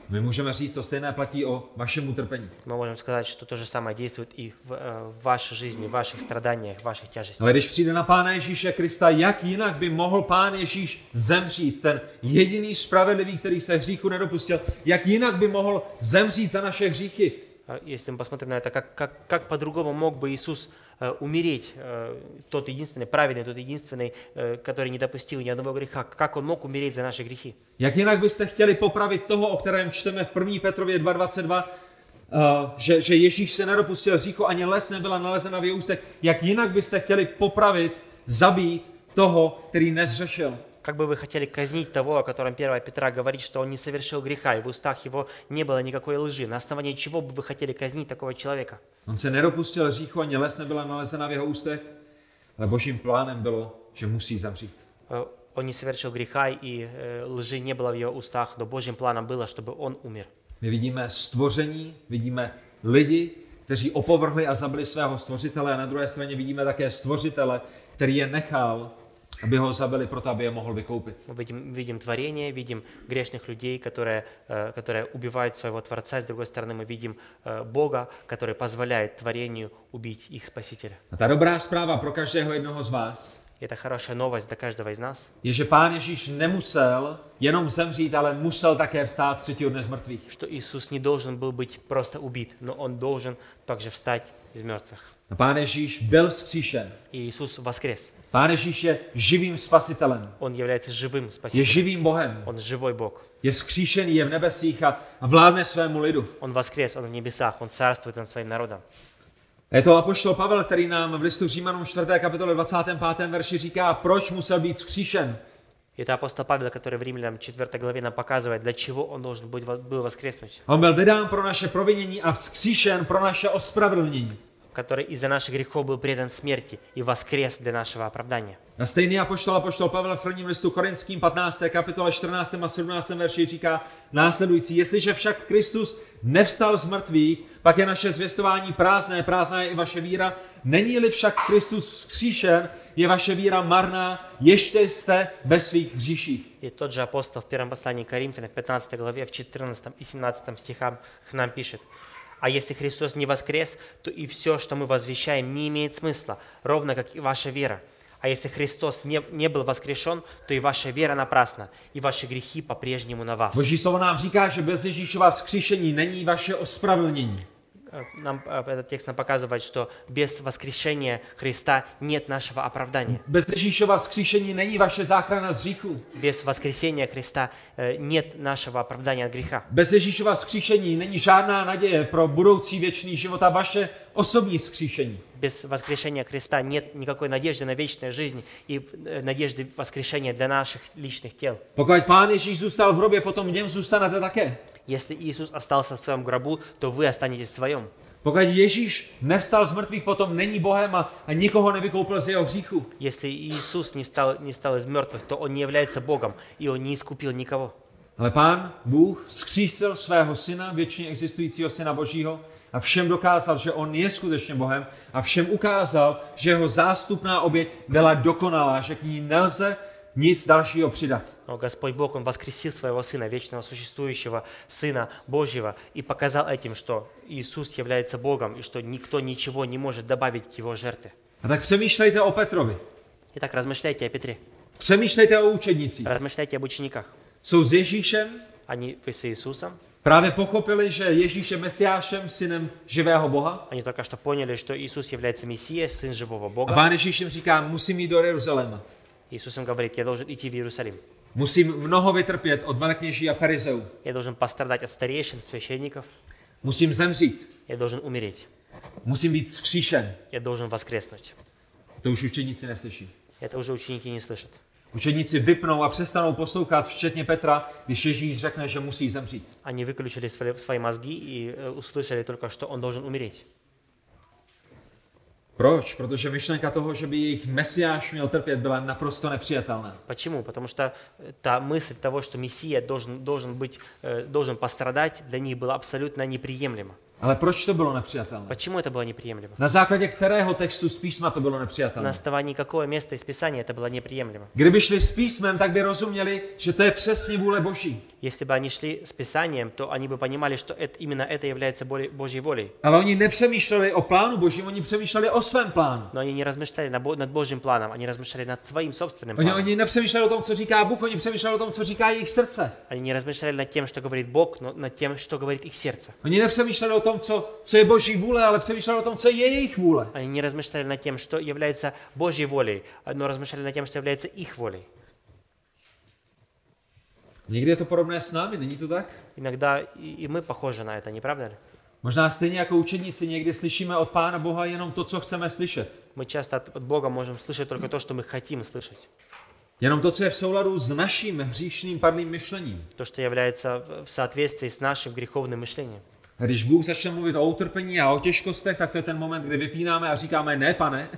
[SPEAKER 1] My můžeme říct, to stejné platí o vašem utrpení.
[SPEAKER 2] Мы можем сказать, что то же самое действует и в, э, в вашей жизни, в ваших страданиях, в ваших тяжестях.
[SPEAKER 1] Ale když přijde na Pána Ježíše Krista, jak jinak by mohl Pán Ježíš zemřít, ten jediný spravedlivý, který se hříchu nedopustil, jak jinak by mohl zemřít za naše hříchy?
[SPEAKER 2] А Если мы посмотрим на это, как, как, как по-другому мог бы Иисус э, умереть, э, тот единственный, праведный, тот единственный, э, который не допустил ни одного греха, как он мог умереть за наши грехи?
[SPEAKER 1] Jak jinak byste chtěli popravit toho, o kterém čteme v 1. Petrově 2.22, eh, že, že Ježíš se nedopustil hříchu, ani les nebyla nalezena v jeho ústech, jak jinak byste chtěli popravit, zabít toho, který nezřešil?
[SPEAKER 2] Как бы вы хотели казнить того, о котором 1 Петра говорит, что он не совершил греха, и в устах его не было никакой лжи? На основании чего бы вы хотели казнить такого человека?
[SPEAKER 1] On se nedopustil hříchu, ani les nebyla nalezena v jeho ústech, ale božím plánem bylo, že musí zemřít.
[SPEAKER 2] Э, Он не совершил греха, и э, лжи не было в его устах, но Божьим планом было, чтобы он умер.
[SPEAKER 1] My vidíme stvoření, vidíme lidi, kteří opovrhli a zabili svého stvořitele a na druhé straně vidíme také stvořitele, který je nechal, aby ho zabili proto, aby je mohl vykoupit.
[SPEAKER 2] Мы видим, видим творение, видим грешных людей, которые, э, которые убивают своего Творца. С другой стороны, мы видим э, Бога, который позволяет творению убить их Спасителя.
[SPEAKER 1] A ta dobrá zpráva pro každého jednoho z vás
[SPEAKER 2] И это хорошая новость для каждого из нас,
[SPEAKER 1] je, že Pán Ježíš nemusel jenom zemřít, ale musel také vstát třetího dne z mrtvých.
[SPEAKER 2] что Иисус не должен был быть просто убит, но Он должен также встать из мертвых.
[SPEAKER 1] A Pán Ježíš byl vzkříšen.
[SPEAKER 2] И Иисус воскрес.
[SPEAKER 1] Pán Ježíš je živým spasitelem,
[SPEAKER 2] Он является живым
[SPEAKER 1] je
[SPEAKER 2] Спасителем.
[SPEAKER 1] živým Bohem,
[SPEAKER 2] Он живой Бог.
[SPEAKER 1] je vzkříšený, je v nebesích a, a vládne svému lidu.
[SPEAKER 2] Он воскрес, Он в небесах, Он царствует над своим народом.
[SPEAKER 1] Je to apoštol Pavel, který nám v listu Římanům 4. kapitole 25. verši říká, proč musel být vzkříšen.
[SPEAKER 2] И Это апостол Павел, который в Римлянам 4 главе нам показывает, для чего он должен быть, во- был воскреснуть.
[SPEAKER 1] On byl vydán pro naše provinění a vzkříšen pro naše ospravedlnění.
[SPEAKER 2] который из-за наших грехов был предан смерти и воскрес для нашего оправдания.
[SPEAKER 1] A stejný apoštol, apoštol Pavel v prvním listu Korinským 15. kapitole 14. a 17. verši říká následující, jestliže však Kristus nevstal z mrtvých, pak je naše zvěstování prázdné, prázdná je i vaše víra. Není-li však Kristus vzkříšen, je vaše víra marná, ještě jste ve svých hříších.
[SPEAKER 2] И тот же апостол в первом послании к Коринфянам, в 15 главе, в 14 и 17 стихах нам пишет, «А если Христос не воскрес, то и все, что мы возвещаем, не имеет смысла, ровно как и ваша вера. А если Христос не, не был воскрешен, то и ваша вера напрасна, и ваши грехи по-прежнему на вас».
[SPEAKER 1] Boží slovo nám říká, že bez Ježíšova vzkříšení není vaše ospravedlnění.
[SPEAKER 2] Э, Нам, э, этот текст нам показывает, что без воскрешения Христа нет našего оправдания.
[SPEAKER 1] Bez Ježíšova vzkříšení není vaše záchrana z hříchu.
[SPEAKER 2] Без воскресения Христа э, нет našего оправдания от греха.
[SPEAKER 1] Bez Ježíšova vzkříšení není žádná naděje pro budoucí věčný život a vaše osobní vzkříšení.
[SPEAKER 2] Без воскрешения Христа нет никакой надежды на вечную жизнь и э, надежды воскрешения для наших личных тел.
[SPEAKER 1] Pokud Pán Ježíš zůstal v hrobě, potom v něm zůstanete také.
[SPEAKER 2] Если Иисус остался в своем гробу, то вы останетесь в своем.
[SPEAKER 1] Pokud Ježíš nevstal z mrtvých, potom není Bohem a, a nikoho nevykoupil z jeho hříchu.
[SPEAKER 2] Если Иисус не встал, не встал из мертвых, то Он не является Богом, и Он не искупил никого.
[SPEAKER 1] Ale Pán Bůh vzkřísil svého syna, věčně existujícího syna Božího a všem dokázal, že on je skutečně Bohem a všem ukázal, že jeho zástupná oběť byla dokonalá, že k ní nelze nic dalšího přidat.
[SPEAKER 2] Но Господь Бог, Он воскресил Своего Сына, вечного существующего Сына Божьего, и показал этим, что Иисус является Богом, и что никто ничего не может добавить к Его жертве.
[SPEAKER 1] A tak přemýšlejte o Petrovi,
[SPEAKER 2] Итак, размышляйте о Петре,
[SPEAKER 1] přemýšlejte o učednicích.
[SPEAKER 2] размышляйте об учениках.
[SPEAKER 1] Jsou s Ježíšem,
[SPEAKER 2] Они с Иисусом,
[SPEAKER 1] právě pochopili, že Ježíš je Mesiášem, synem živého Boha.
[SPEAKER 2] они только что поняли, что Иисус является Мессией, Сын Живого
[SPEAKER 1] A
[SPEAKER 2] Бога.
[SPEAKER 1] Pán Ježíš jim říká, musím jít do Jeruzaléma.
[SPEAKER 2] Иисус им говорит, я должен идти в Иерусалим,
[SPEAKER 1] Musím mnoho vytrpět od velekněží a farizeů.
[SPEAKER 2] я должен пострадать от старейшин, священников,
[SPEAKER 1] Musím zemřít.
[SPEAKER 2] Я должен умереть.
[SPEAKER 1] Musím být vzkříšen.
[SPEAKER 2] Я должен воскреснуть.
[SPEAKER 1] To už učeníci neslyší.
[SPEAKER 2] Это уже ученики не слышат.
[SPEAKER 1] Učeníci vypnou a přestanou poslouchat, včetně Petra, když Ježíš řekne, že musí zemřít.
[SPEAKER 2] Они выключили свои свои мозги и э, услышали только, что он должен умереть.
[SPEAKER 1] Proč? Protože myšlenka toho, že by jejich mesiáš měl trpět, byla naprosto nepřijatelná.
[SPEAKER 2] Почему? Потому что э, та мысль того, что Мессия должен, должен, быть, э, должен пострадать, для них была абсолютно неприемлема.
[SPEAKER 1] Ale proč to bylo nepřijatelné?
[SPEAKER 2] Почему это было неприемлемо?
[SPEAKER 1] Na základě kterého textu z písma to bylo
[SPEAKER 2] На
[SPEAKER 1] nepřijatelné?
[SPEAKER 2] основании какого места из Писания это было неприемлемо?
[SPEAKER 1] Kdyby šli s písmem, tak by rozuměli, že to je přesně vůle Boží.
[SPEAKER 2] Если бы они шли с Писанием, то они бы понимали, что это, именно это является боли- Божьей волей.
[SPEAKER 1] Ale oni nepřemýšleli o plánu Božím, oni přemýšlели o svém plánu.
[SPEAKER 2] Но они не размышляли на Бо- над Божьим планом, они размышляли над своим собственным
[SPEAKER 1] Oni,
[SPEAKER 2] планом.
[SPEAKER 1] oni nepřemýšleli o tom, co říká Bůh, oni přemýšleli o tom, co říká jejich srdce.
[SPEAKER 2] Они не размышляли над тем, что говорит Бог, но над тем, что говорит их сердце.
[SPEAKER 1] Oni nepřemýšleli o tom, co, co je Boží vůle, ale přemýšleli o tom, co je jejich vůle.
[SPEAKER 2] Они не размышляли над тем, что является Божьей волей, но размышляли над тем, что является их волей.
[SPEAKER 1] Někdy je to podobné s námi, není to tak?
[SPEAKER 2] Иногда и, и мы похожи на это, не правда ли?
[SPEAKER 1] Možná stejně jako učeníci někdy slyšíme od Pána Boha jenom to, co chceme slyšet.
[SPEAKER 2] Мы часто от, от Бога можем слышать только то, что мы хотим слышать,
[SPEAKER 1] Jenom to, co je v souladu s naším hříšným padlým myšlením.
[SPEAKER 2] то, что является в- в соответствии с нашим греховным мышлением.
[SPEAKER 1] A Když Bůh začne mluvit o utrpení a o těžkostech, tak to je ten moment, kdy vypínáme a říkáme ne, pane.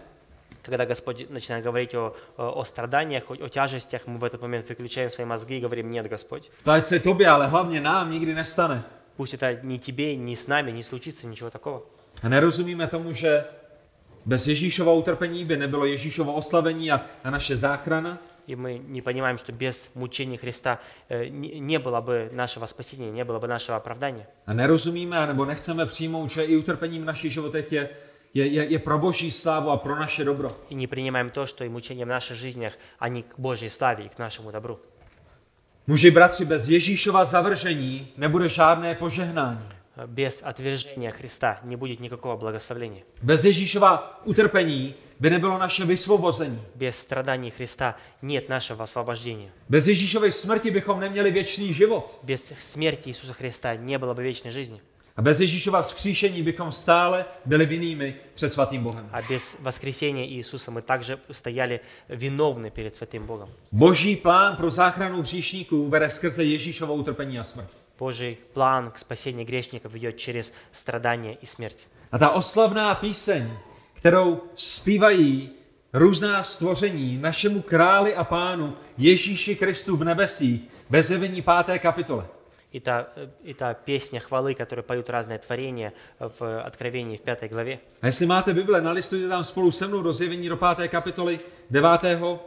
[SPEAKER 2] Когда Господь начинает говорить о, о о страданиях, о, о тяжестях, мы в этот момент выключаем свои мозги и говорим, нет, Господь,
[SPEAKER 1] To ať se tobě, ale hlavně nám nikdy nestane.
[SPEAKER 2] пусть это ни тебе, ни с нами не случится ничего такого.
[SPEAKER 1] A nerozumíme tomu, že bez Ježíšova utrpení by nebylo Ježíšovo oslavení a, a naše záchrana.
[SPEAKER 2] И мы не понимаем, что без мучений Христа э, не не было бы нашего спасения, не было бы нашего оправдания.
[SPEAKER 1] A nerozumíme, nebo nechceme přijmout, že i utrpení v našich životech je, je, je, je pro boží slávu a pro naše dobro.
[SPEAKER 2] И не принимаем то, что и мучения в наших жизнях, они к Божьей славе и к нашему добру.
[SPEAKER 1] Muži, bratři, bez Ježíšova zavržení nebude žádné požehnání.
[SPEAKER 2] Э, Без отвержения Христа не будет никакого благословения.
[SPEAKER 1] Bez Ježíšova utrpení by nebylo naše vysvobození.
[SPEAKER 2] Без страданий Христа нет нашего освобождения.
[SPEAKER 1] Bez Ježíšovy smrti bychom neměli věčný život.
[SPEAKER 2] Без смерти Иисуса Христа не было бы вечной жизни.
[SPEAKER 1] A bez Ježíšova vzkříšení bychom stále byli vinnými před svatým Bohem.
[SPEAKER 2] А без воскресения Иисуса мы также стояли виновны перед святым Богом.
[SPEAKER 1] Boží plán pro záchranu hříšníků vede skrze Ježíšovo utrpení a smrt.
[SPEAKER 2] Божий план к спасению грешников ведет через страдания и смерть.
[SPEAKER 1] A ta oslavná píseň, kterou zpívají různá stvoření našemu králi a pánu Ježíši Kristu v nebesích ve zjevení 5. kapitole.
[SPEAKER 2] И та, э, и та песня хвалы, которую поют разные творения э, в э, Откровении в пятой главе.
[SPEAKER 1] A jestli máte Bible, nalistujte tam spolu se mnou do zjevení do 5. kapitoly 9.,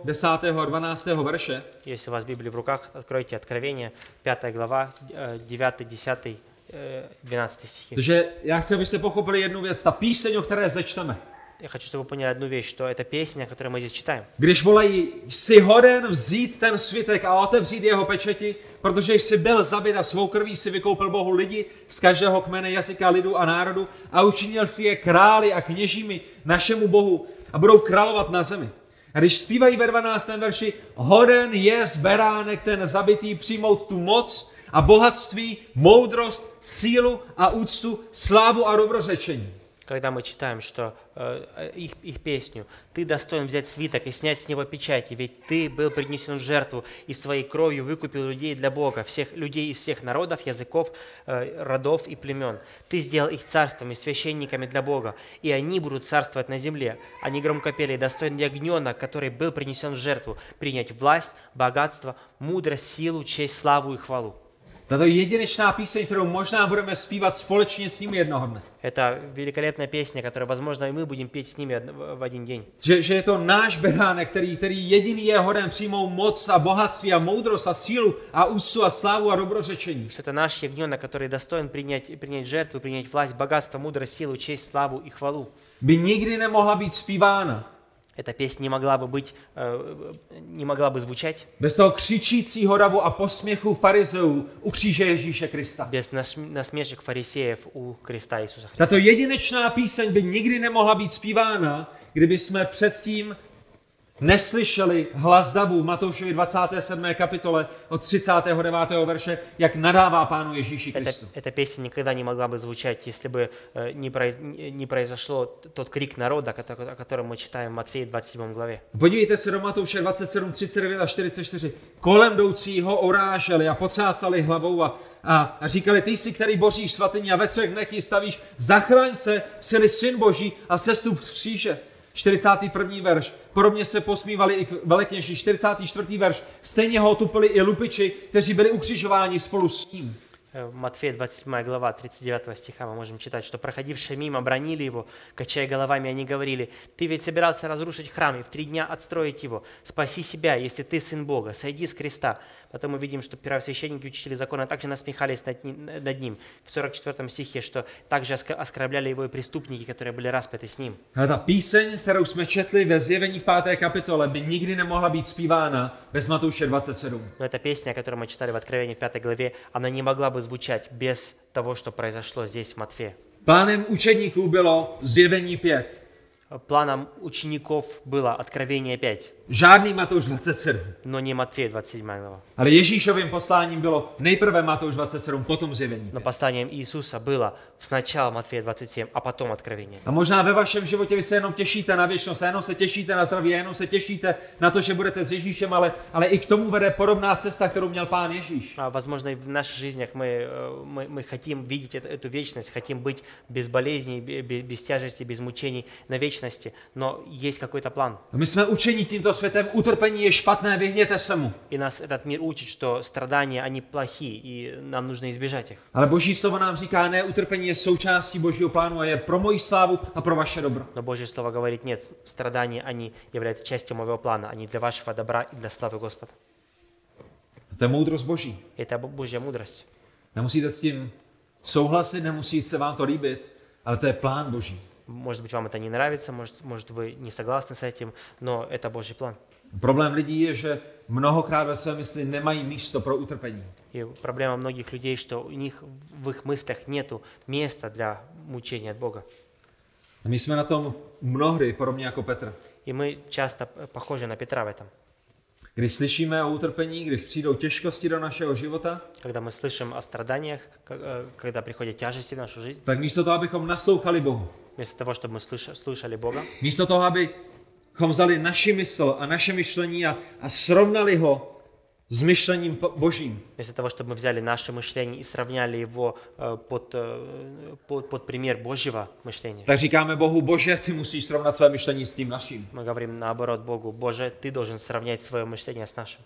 [SPEAKER 1] 10. a 12. verše.
[SPEAKER 2] Если у вас Библия в руках, откройте Откровение, пятая глава, э, 9, 10, э, 12 стихи.
[SPEAKER 1] Protože já chci, abyste pochopili jednu věc, ta píseň, o které zde čteme.
[SPEAKER 2] Я хочу, чтобы вы поняли одну вещь, что эта песня, которую мы здесь читаем,
[SPEAKER 1] Když volají, jsi hoden vzít ten svitek a otevřít jeho pečeti, protože jsi byl zabit a svou krví si vykoupil Bohu lidi z každého kmene, jazyka, lidu a národu a učinil si je králi a kněžími našemu Bohu a budou královat na zemi. A když zpívají ve 12. verši, hoden je z beránek ten zabitý přijmout tu moc a bohatství, moudrost, sílu a úctu, slávu a dobrořečení.
[SPEAKER 2] когда мы читаем, что э, э, их, их песню «Ты достоин взять свиток и снять с него печати, ведь ты был принесен в жертву и своей кровью выкупил людей для Бога, всех людей из всех народов, языков, э, родов и племен. Ты сделал их царствами, священниками для Бога, и они будут царствовать на земле». Они громко пели «Достоин ягненок, который был принесен в жертву, принять власть, богатство, мудрость, силу, честь, славу и хвалу».
[SPEAKER 1] Tato jedinečná píseň, kterou možná budeme zpívat společně s ním jednoho dne.
[SPEAKER 2] Это великолепная песня, которую, возможно, и мы будем петь с ними од- в один день.
[SPEAKER 1] Že, že je to náš beránek, který, který jediný je hoden přijmout moc a bohatství a moudrost a sílu a ústu a slávu a dobrořečení.
[SPEAKER 2] что это наш ягненок, который достоин принять, принять жертву, принять власть, богатство, мудрость, силу, честь, славу и хвалу.
[SPEAKER 1] By nikdy nemohla být zpívána
[SPEAKER 2] Эта песня не могла бы быть, э, не могла бы звучать
[SPEAKER 1] bez toho křičícího davu a posměchu farizeů u kříže Ježíše Krista.
[SPEAKER 2] без наш- насмешек фарисеев у креста Иисуса Христа.
[SPEAKER 1] Tato jedinečná píseň by nikdy nemohla být zpívána, kdyby jsme předtím Neslyšeli hlas davu v Matoušovi 27. kapitole od 39. verše, jak nadává Pánu Ježíši
[SPEAKER 2] Эта,
[SPEAKER 1] Kristu.
[SPEAKER 2] эта песня никогда не могла бы звучать, если бы э, не, произ- не произошло тот крик народа, кото- о котором мы читаем в Матфея 27 главе.
[SPEAKER 1] Podívejte se do Matouše 27, 39 a 44. Kolem jdoucího oráželi a pocásali hlavou a, a, a říkali, ty jsi, který boříš svatyně a ve třech dnech ji stavíš, zachraň se, jsi syn boží a sestup z kříže. 41. verš. Podobně se posmívali i k- velekněži. 44. verš. Stejně ho otupili i lupiči, kteří byli ukřižováni spolu s ním.
[SPEAKER 2] Э, В Матфея 27 глава 39 стиха мы можем читать, что проходившие мимо бронили его, качая головами, они говорили, «Ты ведь собирался разрушить храм и в три дня отстроить его. Спаси себя, если ты сын Бога, сойди с креста». Потом мы видим, что первосвященники, учители закона также насмехались над ним, э, над ним. в 44 стихе, что также оск- оскорбляли его и преступники, которые были распяты с ним.
[SPEAKER 1] Ale ta píseň, kterou jsme četli ve zjevení v 5. kapitole, by nikdy nemohla být zpívána bez Matouše 27.
[SPEAKER 2] Но эта песня, которую мы читали в Откровении в 5 главе, она не могла бы звучать без того, что произошло здесь, в Матфе.
[SPEAKER 1] Pánem učedníků было zjevení 5.
[SPEAKER 2] Планом учеников было Откровение 5,
[SPEAKER 1] Žádný Matouš 27.
[SPEAKER 2] но не Матфея 27 глава.
[SPEAKER 1] Ale Ježíšovým posláním bylo nejprve Matouš 27, potom zjevení.
[SPEAKER 2] Но посланием Иисуса было сначала Матфея 27, а потом Откровение.
[SPEAKER 1] A možná ve vašem životě vy se jenom těšíte na věčnost, a jenom se těšíte na zdraví, a jenom se těšíte na to, že budete s Ježíšem, ale, ale i k tomu vede podobná cesta, kterou měl pán Ježíš.
[SPEAKER 2] А, Возможно, и в наших жизнях мы, э, мы, мы хотим видеть эт- эту вечность, хотим быть без болезней, бе- бе- без тяжести, без мучений на вечности, но есть какой-то план.
[SPEAKER 1] A my jsme učeni tímto světem, utrpení je špatné, vyhněte se mu.
[SPEAKER 2] И нас этот мир учит, что страдания, они плохи, и нам нужно избежать их.
[SPEAKER 1] Ale Boží slovo nám říká, ne, utrpení je součástí Božího plánu a je pro moji slávu a pro vaše dobro.
[SPEAKER 2] Но Божье Слово говорит, нет, страдания, они являются частью моего плана, они для вашего добра и для славы Господа.
[SPEAKER 1] To je moudrost Boží.
[SPEAKER 2] Это бо- Божья мудрость.
[SPEAKER 1] Nemusíte s tím souhlasit, nemusí se vám to líbit, ale to je plán Boží.
[SPEAKER 2] Может быть, вам это не нравится, может, может вы не soglасны с этим, но это Божий план.
[SPEAKER 1] Problém lidí je, že mnohokrát ve své mysli nemají místo pro utrpení.
[SPEAKER 2] И проблема многих людей, что у них в их мыслях нету места для мучения от Бога.
[SPEAKER 1] A my jsme na tom mnohdy podobně jako Petr.
[SPEAKER 2] И мы часто э, похожи на Петра в этом.
[SPEAKER 1] Když slyšíme o utrpení, když přijdou těžkosti do našeho života,
[SPEAKER 2] Когда мы слышим о страданиях, к- э, когда приходят тяжести в нашу жизнь,
[SPEAKER 1] tak místo toho, abychом naslouchali Bohu,
[SPEAKER 2] вместо того, чтобы мы слыш- слышали Бога,
[SPEAKER 1] místo toho, abychom vzali naši mysl a naše myšlení a, a srovnali ho s myšlením po- Božím,
[SPEAKER 2] Вместо того, чтобы мы взяли наше мышление и сравняли его э, под, э, под, под пример Божьего мышления,
[SPEAKER 1] tak říkáme Bohu, Bože, ty musíš srovnat své myšlení s tím naším.
[SPEAKER 2] мы говорим наоборот Богу, Боже, ты должен сравнять свое mышление с нашим.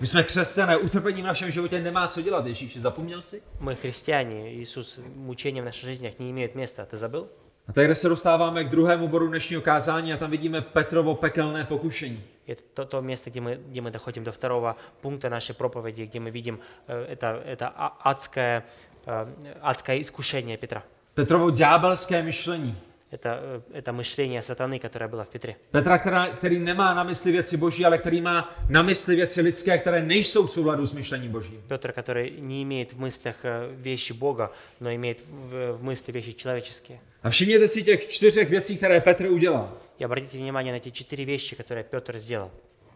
[SPEAKER 1] My jsme křesťané, utrpení v našem životě nemá co dělat, Ježíši, zapomněl jsi?
[SPEAKER 2] Мы христиане, Иисус, мучения в наших жизнях не имеют места, ты забыл?
[SPEAKER 1] A tady se dostáváme k druhému bodu dnešního kázání a tam vidíme Petrovo pekelné pokušení.
[SPEAKER 2] Это то, то место, где мы, где мы доходим до второго пункта нашей проповеди, где мы видим э, это, это а- адское, э, адское искушение Петра.
[SPEAKER 1] Petrovo ďábelské myšlení.
[SPEAKER 2] Это, э, это mышление сатаны, которое было в Петре.
[SPEAKER 1] Petra, která, který nemá na mysli věci boží, ale který má na mysli věci lidské, které nejsou v souladu s myšlením božím.
[SPEAKER 2] Петр, который не имеет в мыслях э, вещи Бога, но имеет в, в мысли вещи человеческие.
[SPEAKER 1] A všimněte si těch čtyřech věcí, které Petr udělal.
[SPEAKER 2] И обратите внимание на те четыре вещи, которые Петр сделал.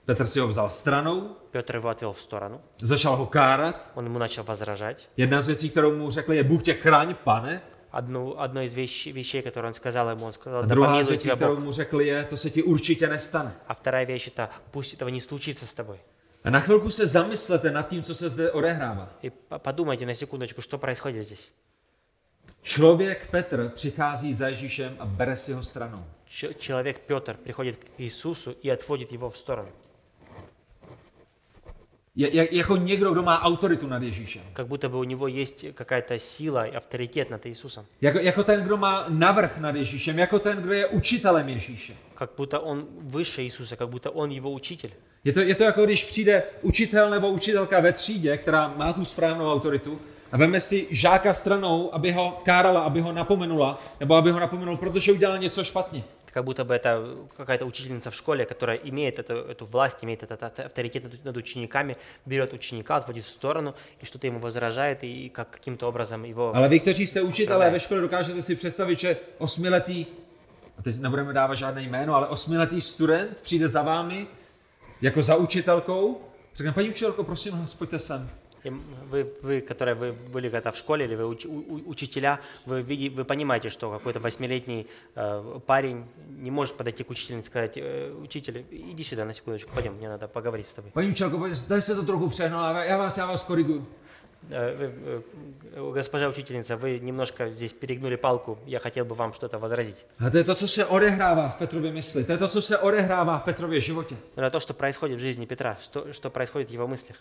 [SPEAKER 1] Petr si ho vzal stranou,
[SPEAKER 2] Петр его отвел в сторону,
[SPEAKER 1] začal ho kárat.
[SPEAKER 2] он ему начал возражать.
[SPEAKER 1] Jedna z věcí, kterou mu řekli, je Bůh tě chráň, pane.
[SPEAKER 2] Одну, одно из вещ- вещей, которые он сказал ему, он сказал,
[SPEAKER 1] A
[SPEAKER 2] да
[SPEAKER 1] druhá z
[SPEAKER 2] помилует
[SPEAKER 1] věcí,
[SPEAKER 2] тебя
[SPEAKER 1] kterou
[SPEAKER 2] Бог.
[SPEAKER 1] mu řekli, je, to se ti určitě nestane.
[SPEAKER 2] А вторая вещь это, пусть этого не случится с тобой.
[SPEAKER 1] A na chvilku se zamyslete nad tím, co se zde odehrává.
[SPEAKER 2] И по- подумайте на секундочку, что происходит здесь.
[SPEAKER 1] Člověk Petr přichází za Ježíšem a bere si ho stranou.
[SPEAKER 2] Ч- человек Петр приходит к Иисусу и отводит его в сторону.
[SPEAKER 1] Je, jak, jako někdo, kdo má autoritu nad Ježíšem.
[SPEAKER 2] Как будто бы у него есть какая-то сила и авторитет над Иисусом.
[SPEAKER 1] Jako, jako ten, kdo má navrh nad Ježíšem, jako ten, kdo je učitelem Ježíše.
[SPEAKER 2] Как будто он выше Иисуса, как будто он его учитель.
[SPEAKER 1] Je to, je to jako když přijde učitel nebo učitelka ve třídě, která má tu správnou autoritu, a veme si žáka stranou, aby ho kárala, aby ho napomenula, nebo aby ho napomenul, protože udělal něco špatně.
[SPEAKER 2] Как будто бы это какая-то учительница в школе, которая имеет эту, эту власть, имеет этот ав- авторитет над, над учениками, берет ученика, отводит в сторону, и что-то ему возражает, и как,
[SPEAKER 1] А
[SPEAKER 2] каким-то образом его...
[SPEAKER 1] Ale vy, kteří jste učitelé ve škole, dokážete si představit, že osmiletý a teď nebudeme dávat žádné jméno, ale osmiletý student přijde za vámi, jako za učitelkou, řekne, paní učitelko, prosím vás, pojďte sem.
[SPEAKER 2] И м- вы, вы, которые вы были когда в школе, или вы уч- у- у- учителя, вы, види- вы понимаете, что какой-то восьмилетний э, парень не может подойти к учителю и сказать, «Э, учитель, иди сюда на секундочку, пойдем, мне надо поговорить с тобой.
[SPEAKER 1] Paní učitelko, pojďte- tady se to trochu přehnalo, já vás, já vás koriguju.
[SPEAKER 2] Э, вы, э, Госпожа учительница, вы немножко здесь перегнули палку, я хотел бы вам что-то возразить.
[SPEAKER 1] A to je to, co se odehrává v Petrově mysli, to je то, co se odehrává v Petrově životě.
[SPEAKER 2] Это Ну, то, что происходит в жизни Петра, что, что происходит в его мыслях.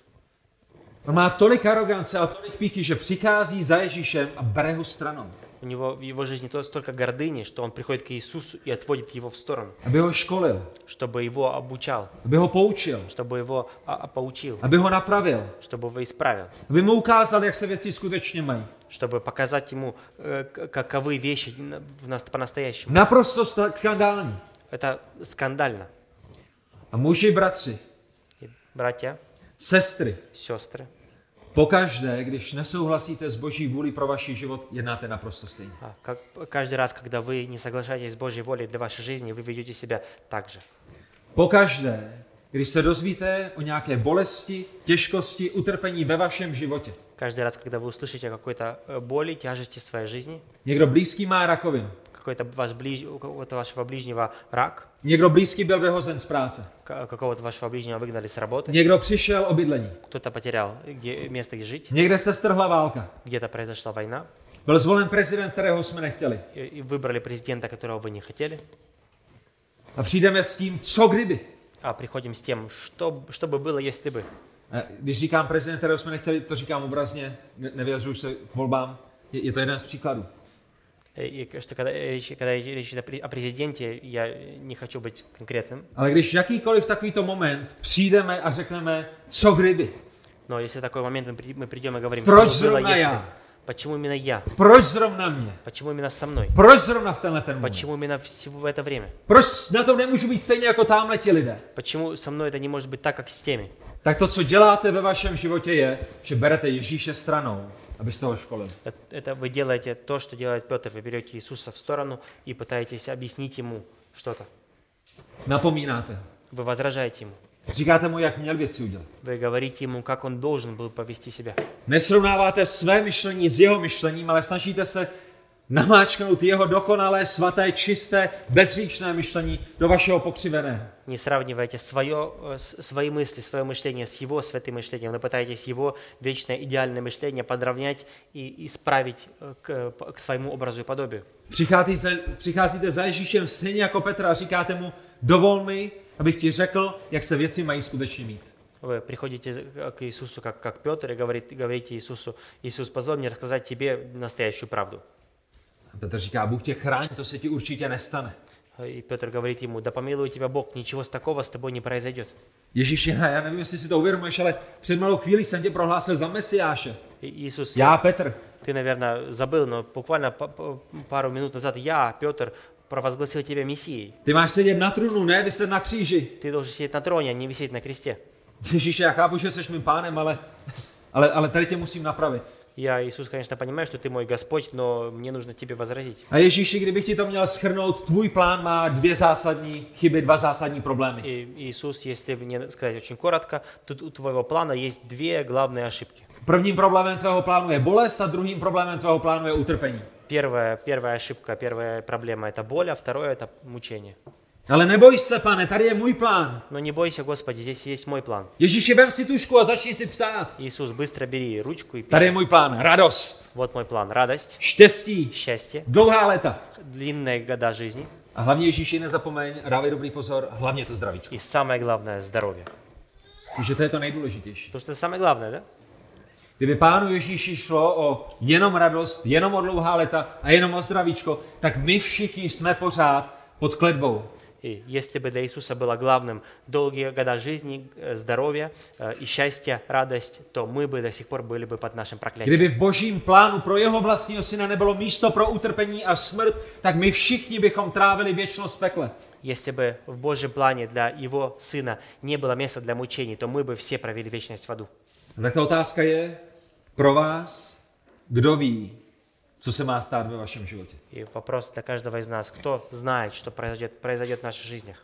[SPEAKER 1] On má tolik arogance a tolik píchy, že přichází za Ježíšem a bere ho stranou,
[SPEAKER 2] У него в его жизни то- столько гордыни, что он приходит к Иисусу и отводит его в сторону,
[SPEAKER 1] aby ho školil,
[SPEAKER 2] чтобы его обучал,
[SPEAKER 1] aby ho poučil,
[SPEAKER 2] чтобы его а, а, поучил,
[SPEAKER 1] aby ho napravil,
[SPEAKER 2] чтобы его исправил.
[SPEAKER 1] aby mu ukázal, jak se věci skutečně mají.
[SPEAKER 2] чтобы показать ему, э, к- каковы вещи на- в нас- по-настоящему.
[SPEAKER 1] Naprosto skandální.
[SPEAKER 2] Это скандально.
[SPEAKER 1] A muži, bratři,
[SPEAKER 2] И братья,
[SPEAKER 1] sestry,
[SPEAKER 2] сестры,
[SPEAKER 1] pokaždé, když nesouhlasíte s boží vůli pro vaši život, jednáte naprosto stejně.
[SPEAKER 2] а, как, каждый раз, когда вы не соглашаетесь с Божьей волей для вашей жизни, вы ведете себя так же.
[SPEAKER 1] Pokaždé, když se dozvíte o nějaké bolesti, těžkosti, utrpení ve vašem životě.
[SPEAKER 2] Каждый раз, когда вы услышите о какой-то э, боли, тяжести в своей жизни,
[SPEAKER 1] Někdo blízký má rakovinu,
[SPEAKER 2] какой-то ваш ближ... у какого-то вашего ближнего рак,
[SPEAKER 1] někdo blízký byl vyhozen z práce,
[SPEAKER 2] ка- какого-то вашего ближнего выгнали с работы,
[SPEAKER 1] někdo přišel o bydlení,
[SPEAKER 2] кто-то потерял где... место, где жить,
[SPEAKER 1] někde se strhla válka,
[SPEAKER 2] где-то произошла война,
[SPEAKER 1] byl zvolen prezident, kterého jsme nechtěli.
[SPEAKER 2] и- и выбрали президента, которого вы не хотели,
[SPEAKER 1] A přijdeme s tím, co kdyby.
[SPEAKER 2] а приходим с тем, что, что бы было, если бы.
[SPEAKER 1] A Eh, Když říkám prezident, kterého jsme nechtěli, to říkám obrazně, ne- nevyjadřuju se k volbám, je, je to jeden z příkladů.
[SPEAKER 2] И и что когда речь, когда речь идет о пре- о президенте, я не хочу быть конкретным,
[SPEAKER 1] Ale když jakýkoliv takovýto moment přijdeme a řekneme, co kdyby,
[SPEAKER 2] но если такой момент мы, при- мы придем и говорим,
[SPEAKER 1] Прочь
[SPEAKER 2] что было,
[SPEAKER 1] зерна
[SPEAKER 2] если,
[SPEAKER 1] я.
[SPEAKER 2] почему именно я,
[SPEAKER 1] proč zrovna mě,
[SPEAKER 2] почему именно со мной,
[SPEAKER 1] proč zrovna v tenhle ten moment,
[SPEAKER 2] почему именно всего в это время,
[SPEAKER 1] proč na tom nemůžu být stejně jako tamhle ti lidé.
[SPEAKER 2] почему со мной это не может быть так, как с теми.
[SPEAKER 1] Tak to, co děláte ve vašem životě, je, že berete Ježíše stranou, abyste ho školil.
[SPEAKER 2] Э- Это вы делаете то, что делает Петр, вы берете Иисуса в сторону и пытаетесь объяснить ему что-то.
[SPEAKER 1] Napomínáte ho.
[SPEAKER 2] Вы возражаете ему,
[SPEAKER 1] Říkáte mu, jak měl věci udělat.
[SPEAKER 2] вы говорите ему, как он должен был повести себя.
[SPEAKER 1] Nesrovnáváte své myšlení s jeho myšlením, ale snažíte se namáčknout jeho dokonalé, svaté, čisté, bezříčné myšlení do vašeho pokřiveného.
[SPEAKER 2] Не сравнивайте свое, э, с- свои мысли, свое мышление с его святым мышлением. Вы пытаетесь его вечное идеальное мышление подровнять и исправить э, к, э, п- к своему образу и подобию.
[SPEAKER 1] Přicházíte, přicházíte za Ježíšem stejně jako Petra a říkáte mu, dovol mi, abych ti řekl, jak se věci mají skutečně mít.
[SPEAKER 2] Вы приходите з- к- к Иисусу, как, как Петр, и говорит, говорите Иисусу, Иисус, позволь мне рассказать тебе настоящую правду.
[SPEAKER 1] A Petr říká, Bůh tě chrání, to se ti určitě nestane.
[SPEAKER 2] Э, И Петр говорит ему, да помилуй тебя Бог, ничего s- такого с тобой не произойдет.
[SPEAKER 1] Ježíši, ne, já nevím, jestli si to uvědomuješ, ale před malou chvílí jsem tě prohlásil za Mesiáše.
[SPEAKER 2] И Иисус,
[SPEAKER 1] Já, Petr,
[SPEAKER 2] ты, наверное, забыл, но буквально па- па- пару минут назад я, Петр, провозгласил тебя Мессией.
[SPEAKER 1] ty máš sedět na trůnu, ne vyset na kříži.
[SPEAKER 2] Ты должен сидеть на троне, а не висеть на кресте.
[SPEAKER 1] Ježíši, já chápu, že jsi mým pánem, ale, ale, ale tady tě musím napravit.
[SPEAKER 2] Я, Иисус, конечно, понимаю, что ты мой Господь, но мне нужно тебе возразить.
[SPEAKER 1] A Ježíši, kdybych ti to měl schrnout, tvůj plán má dvě zásadní chyby, dva zásadní problémy.
[SPEAKER 2] И, Иисус, если мне сказать очень коротко, тут у твоего плана есть две главные ошибки.
[SPEAKER 1] Prvním problémem tvého plánu je bolest a druhým problémem tvého plánu je utrpení.
[SPEAKER 2] Первая, первая ошибка, первая проблема – это боль, а второе – это мучение.
[SPEAKER 1] Ale neboj se, pane, tady je můj plán.
[SPEAKER 2] Но не бойся, Господи, здесь есть мой план.
[SPEAKER 1] Ježíši, vem si tušku a začni si psát.
[SPEAKER 2] Иисус, быстро бери ручку и пиши.
[SPEAKER 1] Tady je můj plán. Radost,
[SPEAKER 2] Вот мой план. Радость,
[SPEAKER 1] štěstí,
[SPEAKER 2] счастье,
[SPEAKER 1] dlouhá léta.
[SPEAKER 2] длинные года жизни
[SPEAKER 1] A hlavně Ježíši, nezapomeň, dávej dobrý pozor, hlavně to zdravíčko.
[SPEAKER 2] и самое главное – здоровье.
[SPEAKER 1] Protože to je to nejdůležitější.
[SPEAKER 2] Потому что это самое главное, да?
[SPEAKER 1] Kdyby pánu Ježíši šlo o jenom radost, jenom o dlouhá léta a jenom o zdravíčko, tak my všichni jsme pořád pod kletbou.
[SPEAKER 2] И если бы для Иисуса было главным долгие года жизни, э, здоровья э, и счастья, радость, то мы бы до сих пор были бы под нашим проклятием.
[SPEAKER 1] Kdyby v božím plánu pro jeho vlastního syna nebylo místo pro utrpení a smrt, tak my všichni bychom trávili věčnost v pekle.
[SPEAKER 2] Если бы в Божьем плане для Его Сына не было места для мучений, то мы бы все провели
[SPEAKER 1] No
[SPEAKER 2] вечность в аду.
[SPEAKER 1] A tak ta otázka je pro vás, kdo ví, Co se má stát ve vašem životě?
[SPEAKER 2] И вопрос для каждого из нас. Кто знает, что произойдет, произойдет в наших жизнях?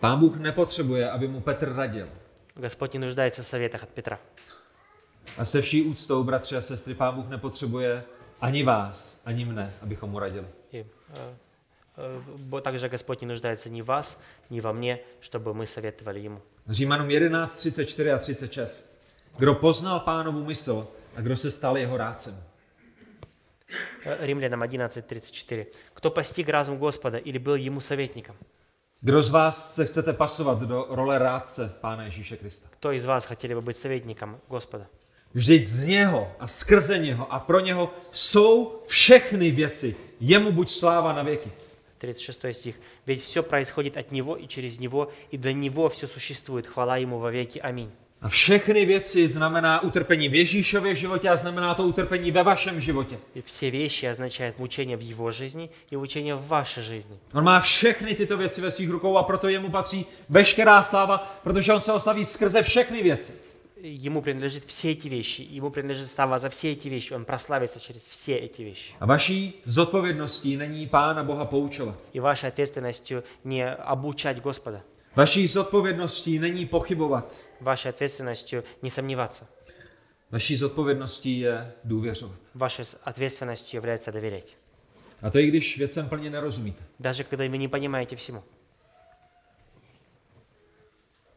[SPEAKER 1] Pán Bůh nepotřebuje, aby mu Petr radil.
[SPEAKER 2] Господь не нуждается в советах от Петра.
[SPEAKER 1] A se vší úctou, bratři a sestry, pán Bůh nepotřebuje ani vás, ani mne, abychom mu radili.
[SPEAKER 2] И э, э, бо- также Господь не нуждается ни в вас, ни во мне, чтобы мы советовали Ему.
[SPEAKER 1] Římanům 11, 34 a 36. Kdo poznal pánovu mysl a kdo se stal jeho rádcem?
[SPEAKER 2] Э, Римлянам 11.34. «Кто постиг разум Господа или был Ему советником?
[SPEAKER 1] Kdo z vás se chcete pasovat do role rádce Pána Ježíše Krista?
[SPEAKER 2] Кто из вас хотели бы быть советником Господа?
[SPEAKER 1] Vždyť z něho a skrze něho a pro něho jsou všechny věci. Jemu buď sláva na věky.
[SPEAKER 2] 36 стих. «Ведь все происходит от Него и через Него, и до Него все существует. Хвала Ему во веки. Аминь».
[SPEAKER 1] A všechny věci znamená utrpení v Ježíšově životě a znamená to utrpení ve vašem životě.
[SPEAKER 2] И все вещи означают мучение в Его жизни и учение в вашей жизни.
[SPEAKER 1] On má všechny tyto věci ve svých rukou a proto jemu patří veškerá sláva, protože on se oslaví skrze všechny věci.
[SPEAKER 2] Ему принадлежит все эти вещи, ему принадлежит слава за все эти вещи, он прославится через все эти вещи.
[SPEAKER 1] A vaší zodpovědností není Pána Boha poučovat.
[SPEAKER 2] И вашей ответственностью не обучать Господа,
[SPEAKER 1] Vaší zodpovědností není pochybovat.
[SPEAKER 2] вашей ответственностью не сомневаться,
[SPEAKER 1] Naší zodpovědností je důvěřovat.
[SPEAKER 2] вашей с- ответственностью является доверять.
[SPEAKER 1] A to i když věcem plně nerozumíte.
[SPEAKER 2] Даже когда вы не понимаете всему.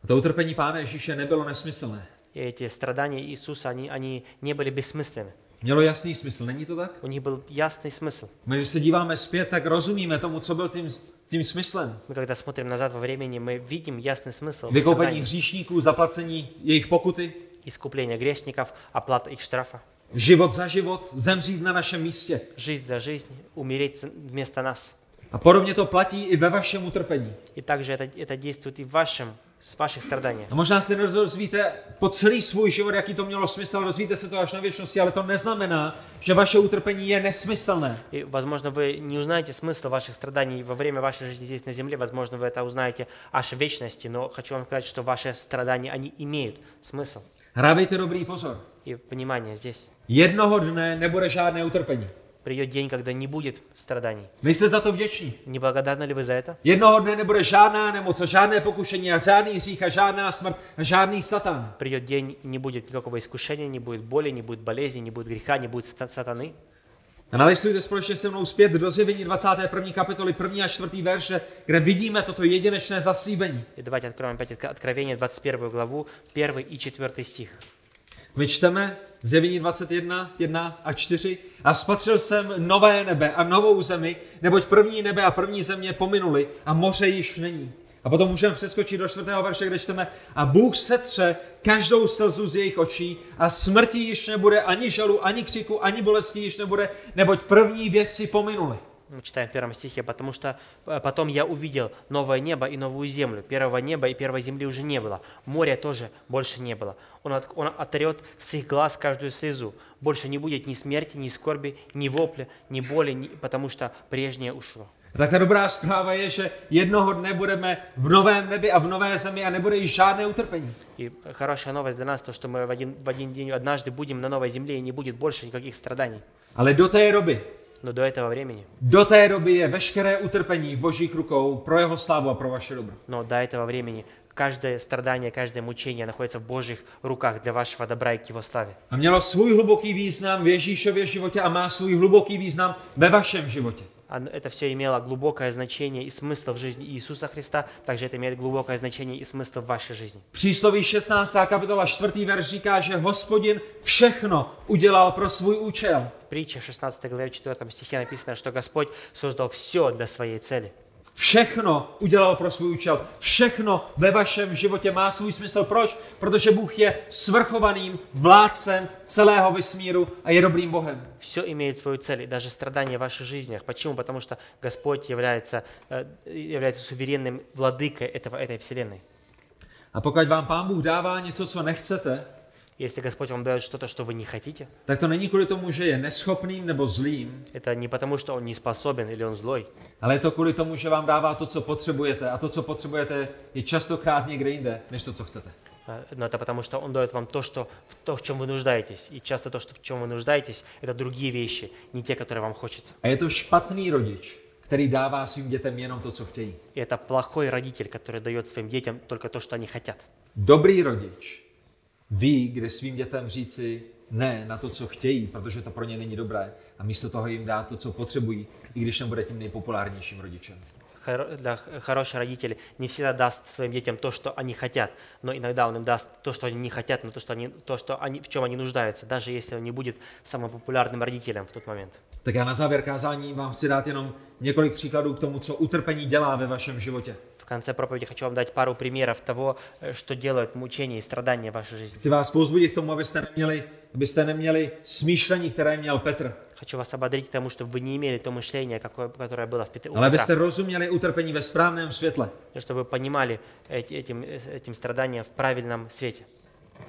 [SPEAKER 1] A to utrpení Pána Ježíše nebylo nesmyslné.
[SPEAKER 2] И эти страдания Иисуса, они, они не были бессмысленны.
[SPEAKER 1] Mělo jasný smysl, není to tak?
[SPEAKER 2] У них был ясный смысл.
[SPEAKER 1] My, když se díváme zpět, tak rozumíme tomu, co byl tím, tím smyslem.
[SPEAKER 2] Мы когда смотрим назад во времени, мы видим ясный смысл в
[SPEAKER 1] Vykoupení
[SPEAKER 2] страдании.
[SPEAKER 1] hříšníků, zaplacení jejich pokuty,
[SPEAKER 2] Искупление грешников, оплата их штрафа.
[SPEAKER 1] život za život, zemřít na našem místě.
[SPEAKER 2] жизнь за жизнь, умереть за- вместо нас.
[SPEAKER 1] A podobně to platí i ve vašem utrpení.
[SPEAKER 2] И также это, это действует и в вашем, с ваших страданиях.
[SPEAKER 1] A No možná se nerozvíte po celý svůj život, jaký to mělo smysl, rozvíte se to až na věčnosti, ale to neznamená, že vaše utrpení je nesmyslné.
[SPEAKER 2] И, возможно, вы не узнаете смысл ваших страданий во время вашей жизни здесь на земле, возможно, вы это узнаете аж в вечности, но хочу вам сказать, что ваши страдания, они имеют смысл.
[SPEAKER 1] Hrávejte dobrý pozor.
[SPEAKER 2] И внимание здесь.
[SPEAKER 1] Jednoho dne nebude žádné utrpení.
[SPEAKER 2] Придет день, когда не будет страданий.
[SPEAKER 1] Nejste za to vděční.
[SPEAKER 2] Не благодарны ли вы за это?
[SPEAKER 1] Jednoho dne nebude žádná nemoc a žádné pokušení a žádný hřích a žádná smrt a žádný satan.
[SPEAKER 2] Придет день, не будет никакого искушения, не будет боли, не будет болезни, не будет греха, не будет ста- сатаны.
[SPEAKER 1] A nalistujte společně se mnou zpět do zjevení 21. kapitoly 1. a 4. verše, kde vidíme toto jedinečné zaslíbení.
[SPEAKER 2] И давайте откроем опять отк- Откровение, 21 главу, 1 и 4 стих.
[SPEAKER 1] My čteme Zjevení 21, 1 a 4. A spatřil jsem nové nebe a novou zemi, neboť první nebe a první země pominuli a moře již není. A potom můžeme přeskočit do čtvrtého verše, kde čteme A Bůh setře každou slzu z jejich očí a smrti již nebude, ani žalu, ani křiku, ani bolesti již nebude, neboť první věci pominuly.
[SPEAKER 2] Мы читаем в первом стихе, потому что э, потом я увидел новое небо и новую землю. Первого неба и первой земли уже не было. Моря тоже больше не было. Он, от- он отрет с их глаз каждую слезу. Больше не будет ни смерти, ни скорби, ни вопля, ни боли, ни- потому что прежнее ушло.
[SPEAKER 1] Tak ta dobrá zpráva je, že jednoho dne budeme v novém nebi a v nové zemi a nebude již žádné utrpení.
[SPEAKER 2] И хорошая новость для нас, то, что мы в один, в один день однажды будем на новой земле и не будет больше никаких страданий.
[SPEAKER 1] Ale do té doby
[SPEAKER 2] Но до этого времени,
[SPEAKER 1] Do té doby je veškeré utrpení v božích rukou pro jeho slávu a pro vaše dobro.
[SPEAKER 2] но до этого времени каждое страдание, каждое мучение находится в Божьих руках для вашего добра и к Его славе.
[SPEAKER 1] A mělo svůj hluboký význam v Ježíšově životě a má svůj hluboký význam ve vašem životě.
[SPEAKER 2] Оно- Это все имело глубокое значение и смысл в жизни Иисуса Христа, также это имеет глубокое значение и смысл в вашей жизни.
[SPEAKER 1] Přísloví 16. kapitola 4. verš říká, že hospodin všechno udělal pro svůj účel.
[SPEAKER 2] В притче в 16 главе 4 стихе написано, что Господь создал все для своей цели.
[SPEAKER 1] Všechno udělal pro svůj účel. Všechno ve vašem životě má svůj smysl. Proč? Protože Bůh je svrchovaným vládcem celého vesmíru a je dobrým Bohem.
[SPEAKER 2] Все имеет свою цель, и даже страдания в ваших жизнях. Почему? Потому что Господь является, э, является суверенным владыкой этого, этой вселенной.
[SPEAKER 1] A pokud vám Pán Bůh dává něco, co nechcete,
[SPEAKER 2] Если Господь вам дает что-то, что вы не хотите,
[SPEAKER 1] tak to není kvůli tomu, že je neschopným nebo zlým,
[SPEAKER 2] это не потому, что Он не способен или Он злой,
[SPEAKER 1] ale je to kvůli tomu, že vám dává to, co potřebujete. A to, co potřebujete, je častokrát někde jinde, než to, co chcete.
[SPEAKER 2] А Э, Но это потому, что Он дает вам то, что, в то, в чем вы нуждаетесь. И часто то, что, в чем вы нуждаетесь, это другие вещи, не те, которые вам хочется.
[SPEAKER 1] A je to špatný rodič, který dává svým dětem jenom to, co chtějí.
[SPEAKER 2] И это плохой родитель, который дает своим детям только то, что они хотят.
[SPEAKER 1] Dobrý rodič ví, kdy svým dětem říci ne na to, co chtějí, protože to pro ně není dobré a místo toho jim dá to, co potřebují, i když nebude tím nejpopulárnějшим rodičem.
[SPEAKER 2] Хоро- да, х- хороший родитель не всегда даст своим детям то, что они хотят, но иногда он им даст то, что они не хотят, но то, что они, то, что они, в чем они нуждаются, даже если он не будет самым популярным родителем в тот момент.
[SPEAKER 1] Tak já na závěr kázání vám chci dát jenom několik příkladů k tomu, co utrpení dělá ve vašem životě.
[SPEAKER 2] В конце проповеди хочу вам дать пару примеров того, э, что делают мучения и страдания в вашей жизни.
[SPEAKER 1] Chci vás pouzbudit k tomu, abyste neměli, abyste neměli smýšlení, které měl Petr,
[SPEAKER 2] Хочу вас ободрить к тому, чтобы вы не имели то мышление, какое, которое было в Петре,
[SPEAKER 1] ale abyste rozuměli utrpení ve správném světle.
[SPEAKER 2] чтобы вы понимали эти- этим, э, этим страданием в правильном свете.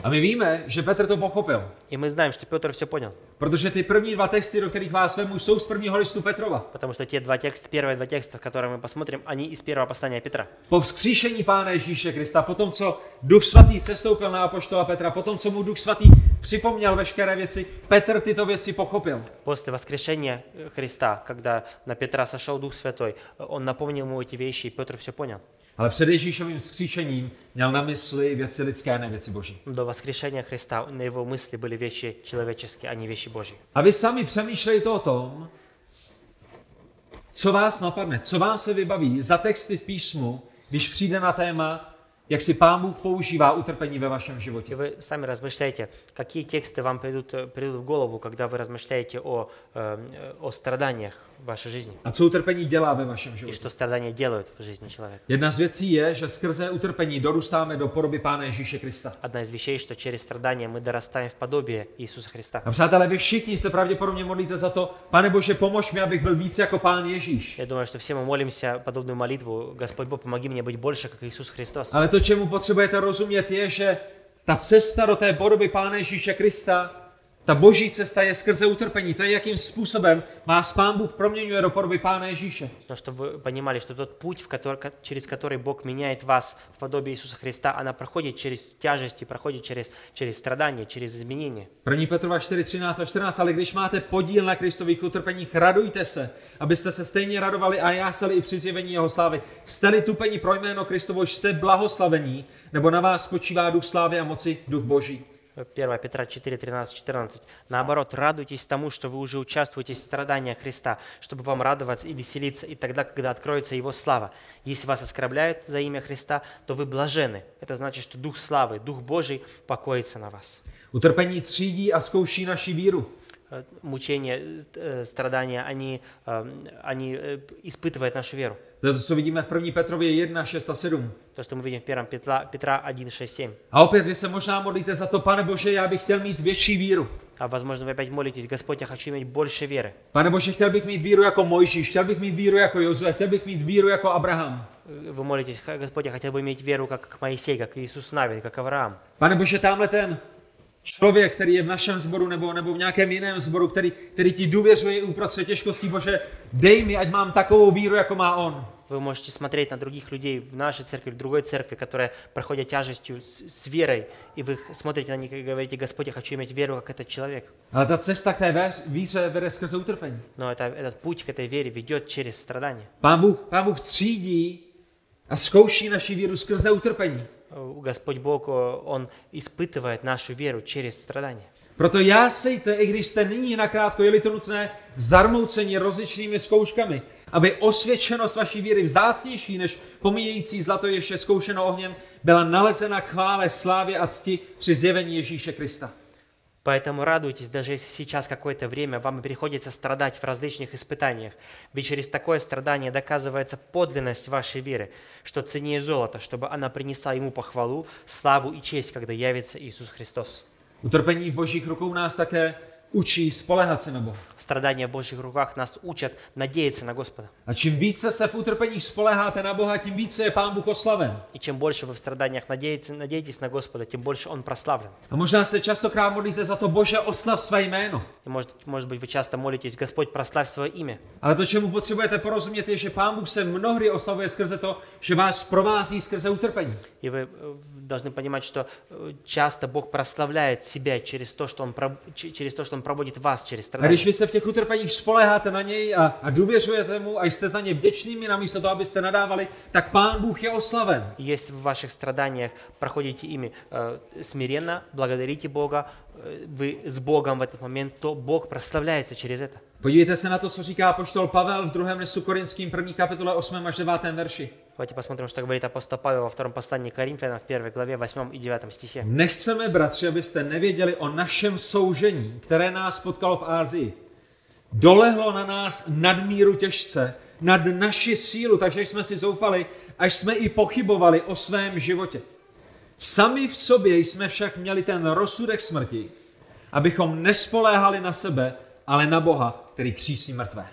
[SPEAKER 1] A my víme, že Petr to pochopil,
[SPEAKER 2] И мы знаем, что Петр все понял,
[SPEAKER 1] protože ty první dva texty, do kterých vás vemu, jsou z prvního listu Petrova.
[SPEAKER 2] потому что те два текста, первые два текста, которые мы посмотрим, они из первого послания Петра.
[SPEAKER 1] Po vzkříšení Pána Ježíše Krista, po tom, co Duch Svatý sestoupil na Apoštola Petra, po tom, co mu Duch Svatý připomněl veškeré věci, Petr tyto věci pochopil.
[SPEAKER 2] После воскрешения э, Христа, когда на Петра сошел Дух Святой, э, он напомнил ему эти вещи, и Петр все понял.
[SPEAKER 1] Ale před Ježíšovým vzkříšením měl na mysli věci lidské, ne věci boží.
[SPEAKER 2] Но До воскрешения Христа на его мысли были вещи человеческие, а не вещи Божьи.
[SPEAKER 1] A vy sami přemýšlejte o tom, co vás napadne, co vám se vybaví za texty v písmu, když přijde na téma, jak si Pán Bůh používá utrpení ve vašem
[SPEAKER 2] И
[SPEAKER 1] životě.
[SPEAKER 2] вы сами размышляете, какие тексты вам придут, э, придут в голову, когда вы размышляете о, эм, э, о страданиях в вашей жизни,
[SPEAKER 1] A co utrpení dělá ve vašem
[SPEAKER 2] и
[SPEAKER 1] životě.
[SPEAKER 2] что страдания делают в жизни человека.
[SPEAKER 1] Jedna z věcí je, že skrze utrpení dorůstáme do podoby Pána Ježíše Krista.
[SPEAKER 2] Одна из вещей, что через страдания мы дорастаем в подобие Иисуса Христа.
[SPEAKER 1] A přátelé, vy všichni se pravděpodobně modlíte za to, pane Bože, pomož mi, abych byl víc jako Pán Ježíš.
[SPEAKER 2] Я думаю, что все мы молимся подобную молитву. Господь Бог, помоги мне быть больше, как Иисус Христос.
[SPEAKER 1] Ale to, čemu potřebujete rozumět, je, že ta cesta do té podoby Pána Ježíše Krista, ta boží cesta je skrze utrpení. To je, jakým způsobem vás Pán Bůh proměňuje do podoby Pána Ježíše.
[SPEAKER 2] Но чтобы вы понимали, что тот путь, в котор- ко- через который Бог меняет вас в подобие Иисуса Христа, она проходит через тяжести, проходит через, через страдания, через изменения.
[SPEAKER 1] 1. Petrova 4, 13 a 14, ale když máte podíl na Kristových utrpeních, radujte se, abyste se stejně radovali a jásali i při zjevení jeho slávy. Jste-li tupení pro jméno Kristovo, jste blahoslavení, nebo na vás spočívá duch slávy a moci, duch boží.
[SPEAKER 2] 1 Петра 4, 13, 14. Наоборот, радуйтесь тому, что вы уже участвуете в страданиях Христа, чтобы вам радоваться и веселиться, и тогда, когда откроется Его слава. Если вас оскорбляют за имя Христа, то вы блажены. Это значит, что Дух славы, Дух Божий покоится на вас.
[SPEAKER 1] Utrpení třídí a zkouší naši víru.
[SPEAKER 2] Э, Мучения, э, страдания, они, эм, они э, испытывают нашу веру.
[SPEAKER 1] To je to, co vidíme v 1. Petrově 1, 6 a 7.
[SPEAKER 2] То, что мы видим в 1 Петра, Петра 1, 6, 7.
[SPEAKER 1] A opět vy se možná modlíte za to, pane Bože, já bych chtěl mít větší víru.
[SPEAKER 2] А возможно, вы опять молитесь, Господь, я хочу иметь больше веры.
[SPEAKER 1] Pane Bože, chtěl bych mít víru jako Mojžíš, chtěl bych mít víru jako Jozue, chtěl bych mít víru jako Abraham.
[SPEAKER 2] Э, Вы молитесь, «Ха- Господь, я хотел бы иметь веру, как, как Моисей, как Иисус Навин, как Авраам.
[SPEAKER 1] Pane Bože, tamhle ten člověk, který je v našem sboru nebo, nebo v nějakém jiném sboru, který, který ti důvěřuje i uprostřed těžkostí, Bože, dej mi, ať mám takovou víru, jako má on.
[SPEAKER 2] Вы можете смотреть на других людей в нашей церкви, в другой церкви, которые проходят тяжестью с, с верой, и вы х- смотрите на них и говорите, Господь, я хочу иметь веру, как этот человек.
[SPEAKER 1] Ale ta cesta k té vé- víře vede skrze utrpení.
[SPEAKER 2] Но это, этот pуть к этой вере ведет через страдания.
[SPEAKER 1] Pán Bůh, pán Bůh třídí a zkouší naši víru skrze utrpení.
[SPEAKER 2] Э, Господь Бог, э, Он испытывает našu веру через страдания.
[SPEAKER 1] Proto jásejte, i když jste nyní nakrátko, je-li to nutné, zarmouceni rozličnými zkouškami, aby osvědčenost vaší víry vzácnější než pomíjející zlato ještě zkoušeno ohněm byla nalezena k chvále, slávě a cti při zjevení Ježíše Krista.
[SPEAKER 2] Поэтому радуйтесь, даже если сейчас какое-то время вам приходится страдать в различных испытаниях, ведь через такое страдание доказывается подлинность вашей веры, что ценнее золота, чтобы она принесла ему похвалу, славу и честь, когда явится Иисус Христос.
[SPEAKER 1] Utrpení v božích rukou nás také učí spolehat se na Boha.
[SPEAKER 2] Страдания в Божьих руках нас учат надеяться на Господа.
[SPEAKER 1] A čím více se v utrpeních spoleháte na Boha, tím více je Pán Bůh oslaven.
[SPEAKER 2] И чем больше вы в страданиях надеетесь, надеетесь на Господа, тем больше Он прославлен.
[SPEAKER 1] A možná se častokrát modlíte za to, Bože, oslav své jméno.
[SPEAKER 2] И может, может быть, вы часто молитесь, Господь, прославь свое имя.
[SPEAKER 1] Ale to, čemu potřebujete porozumět, je, že Pán Bůh se mnohdy oslavuje skrze to, že vás provází skrze utrpení.
[SPEAKER 2] И вы э, должны понимать, что э, часто Бог прославляет себя через то, что Он, проб- ч- через то, что он проводит вас через
[SPEAKER 1] A když
[SPEAKER 2] страдания.
[SPEAKER 1] vy se v těch utrpeních spoleháte na něj a, a důvěřujete mu a jste za ně vděčnými, namísto toho, abyste nadávali, tak Pán Bůh je oslaven.
[SPEAKER 2] И Если вы в ваших страданиях проходите ими э, смиренно, благодарите Бога, э, вы с Богом в этот момент, то Бог прославляется через это.
[SPEAKER 1] Podívejte se na to, co říká poštol Pavel v 2. listu Korinským 1. kapitole 8. až 9. verši.
[SPEAKER 2] Давайте посмотрим, что говорит апостол Павел во втором послании к Коринфянам в первой главе, 8 и 9 стихе.
[SPEAKER 1] Nechceme, bratři, abyste nevěděli o našem soužení, které nás potkalo v Ázii. Dolehlo na nás nadmíru těžce, nad naši sílu, takže jsme si zoufali, až jsme i pochybovali o svém životě. Sami v sobě jsme však měli ten rozsudek smrti, abychom nespoléhali na sebe, ale na Boha, který křísí mrtvé.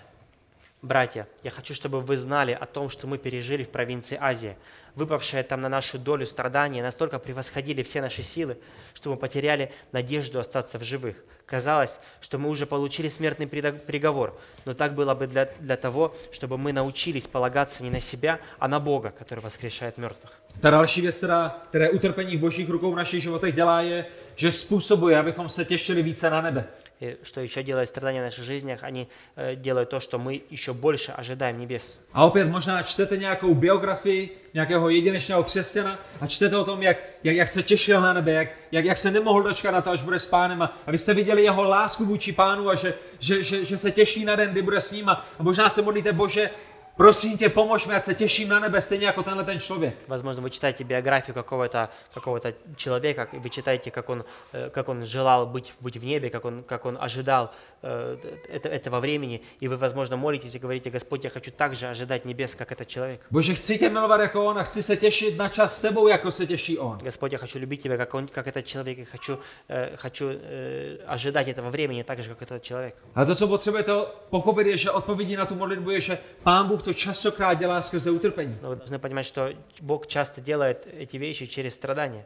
[SPEAKER 2] Братья, я хочу, чтобы вы знали о том, что мы пережили в провинции Азии. Выпавшие там на нашу долю страдания настолько превосходили все наши силы, что мы потеряли надежду остаться в живых. Казалось, что мы уже получили смертный преда- приговор, но так было бы для, для того, чтобы мы научились полагаться не на себя, а на Бога, который воскрешает мертвых.
[SPEAKER 1] Ta další věc, která, které utrpení v božích rukou v našich životech dělá, je, že způsobuje, abychom se těšili více na nebe.
[SPEAKER 2] И что еще делает страдания в наших жизнях, они э, делают то, что мы еще больше ожидаем небес.
[SPEAKER 1] A opět možná čtete nějakou biografii nějakého jedinečného křesťana a čtete o tom, jak, jak, jak se těšil na nebe, jak, jak, jak se nemohl dočkat na to, až bude s pánem. A, a vy jste viděli jeho lásku vůči pánu a že, že, že, že se těší na den, kdy bude s ním. A, a možná se modlíte, bože, prosím tě, pomož mi, ať se těším na nebe, stejně jako tenhle ten člověk.
[SPEAKER 2] Возможно, вы читаете биографию какого-то какого человека, и вы читаете, как он, э, как он желал быть, быть в небе, как он, как он ожидал э, это- этого времени, и вы, возможно, молитесь и говорите, Господь, я хочу также ожидать небес, как этот человек.
[SPEAKER 1] Bože, chci tě milovat jako on a chci se těšit na čas s tebou, jako se těší on.
[SPEAKER 2] Господь, я хочу любить Тебя, как, он, как этот человек, и хочу, э, хочу э, ожидать этого времени так же, как этот человек.
[SPEAKER 1] A to, co potřebujete pochopit, je, že odpovědí na tu modlitbu je, že pán Bůh to častokrát dělá skrze utrpení.
[SPEAKER 2] Но вы должны понимать, что Бог часто делает эти vещи через страдания.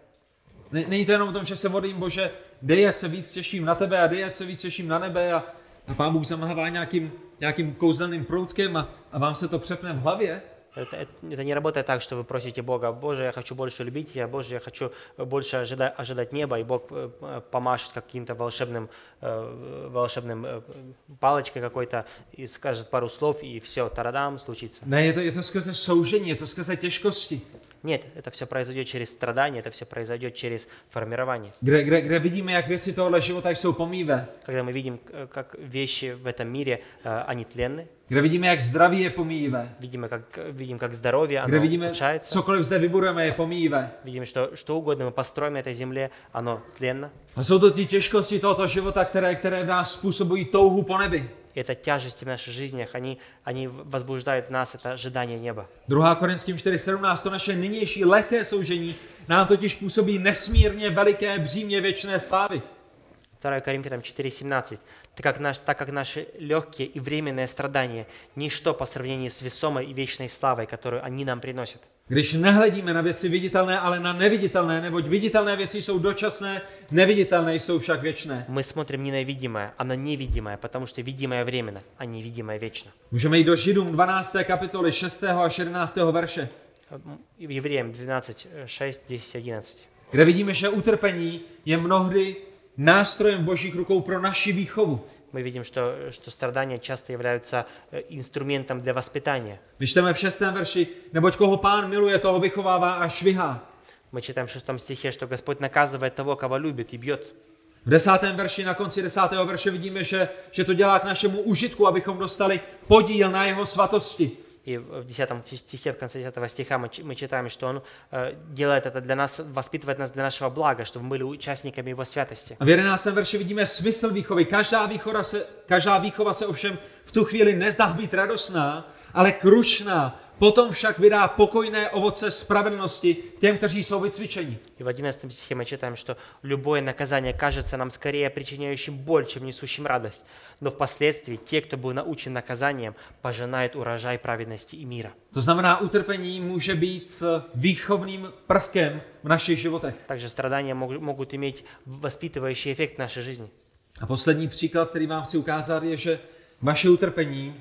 [SPEAKER 1] Ne- Není to jenom o tom, že se modlím, Bože, dej, ať se víc těším na tebe a dej, ať se víc těším na nebe a, a pán Bůh zamává nějakým, nějakým kouzelným proutkem a, a vám se to přepne v hlavě,
[SPEAKER 2] Это, это- это не работает так, что вы просите Бога, Боже, я хочу больше любить тебя, Боже, я хочу больше ожида- ожидать неба, и Бог э, э, помашет каким-то волшебным, э, волшебным э, палочкой какой-то и скажет пару слов, и все, тарадам, случится.
[SPEAKER 1] Ne, je to, je to skrze soužení, je to skrze těžkosti,
[SPEAKER 2] Нет, это все произойдет через страдания, это все произойдет через формирование.
[SPEAKER 1] kde, kde, kde vidíme, jak věci tohohle života jsou pomývé,
[SPEAKER 2] Когда мы видим, э, как вещи в этом мире, э, они тленны,
[SPEAKER 1] kde vidíme, jak zdraví je pomývé,
[SPEAKER 2] видимо, как, видим, как здоровье,
[SPEAKER 1] kde
[SPEAKER 2] оно
[SPEAKER 1] vidíme,
[SPEAKER 2] улучшается,
[SPEAKER 1] cokoliv zde vybudujeme, je pomývé.
[SPEAKER 2] видим, что что угодно мы построим на этой земле, оно тленно.
[SPEAKER 1] A jsou to ty těžkosti tohoto života, které, které v nás způsobují touhu po nebi.
[SPEAKER 2] И это тяжести в наших жизнях, они, они возбуждают в нас, это ожидание неба.
[SPEAKER 1] 2. Korinským 4.17, to naše nynější lehké soužení nám totiž působí nesmírně veliké břímě věčné slávy.
[SPEAKER 2] 2 Коринфянам 4,17. Так как, наш, так как наши легкие и временные страдания – ничто по сравнению с весомой и вечной славой, которую они нам приносят.
[SPEAKER 1] Když nehledíme na věci viditelné, ale na neviditelné, neboť viditelné věci jsou dočasné, neviditelné jsou však věčné.
[SPEAKER 2] Мы смотрим не на видимое, а на невидимое, потому что видимое временно, а невидимое вечно.
[SPEAKER 1] Můžeme jít do Židům 12. kapitoly 6. až 11. verše,
[SPEAKER 2] М, и в Евреям 12, э, 6, 10, 11.
[SPEAKER 1] kde vidíme, že utrpení je mnohdy nástrojem božích rukou pro naši výchovu.
[SPEAKER 2] Мы видим, что, что страдания часто являются э, инструментом для воспитания.
[SPEAKER 1] My čteme v 6. verši, neboť koho pán miluje, toho vychovává a švihá.
[SPEAKER 2] Мы читаем в шестом стихе, что Господь наказывает того, кого любит и бьет.
[SPEAKER 1] V desátém verši, na konci desátého verše vidíme, že, že to dělá k našemu užitku, abychom dostali podíl na jeho svatosti.
[SPEAKER 2] И в 10 стихе, в конце 10 стиха мы, чи- мы читаем, что Он э, делает это для нас, воспитывает нас для нашего блага, чтобы мы были участниками Его святости.
[SPEAKER 1] A v jedenáctém verši vidíme smysl výchovy. Každá výchova se, každá výchova se ovšem v tu chvíli nezdá být radostná, ale krušná, Potom však vydá pokojné ovoce spravedlnosti těm, kteří jsou vycvičeni.
[SPEAKER 2] И в 11 стихе мы читаем, что любое наказание кажется нам скорее причиняющим боль, чем несущим радость. Но впоследствии те, кто был научен наказанием, пожинают урожай праведности и мира.
[SPEAKER 1] To znamená, utrpení může být eh, výchovným prvkem v našich životech.
[SPEAKER 2] Также страдания мог- могут иметь воспитывающий эффект в нашей жизни.
[SPEAKER 1] A poslední příklad, který vám chci ukázat, je, že vaše utrpení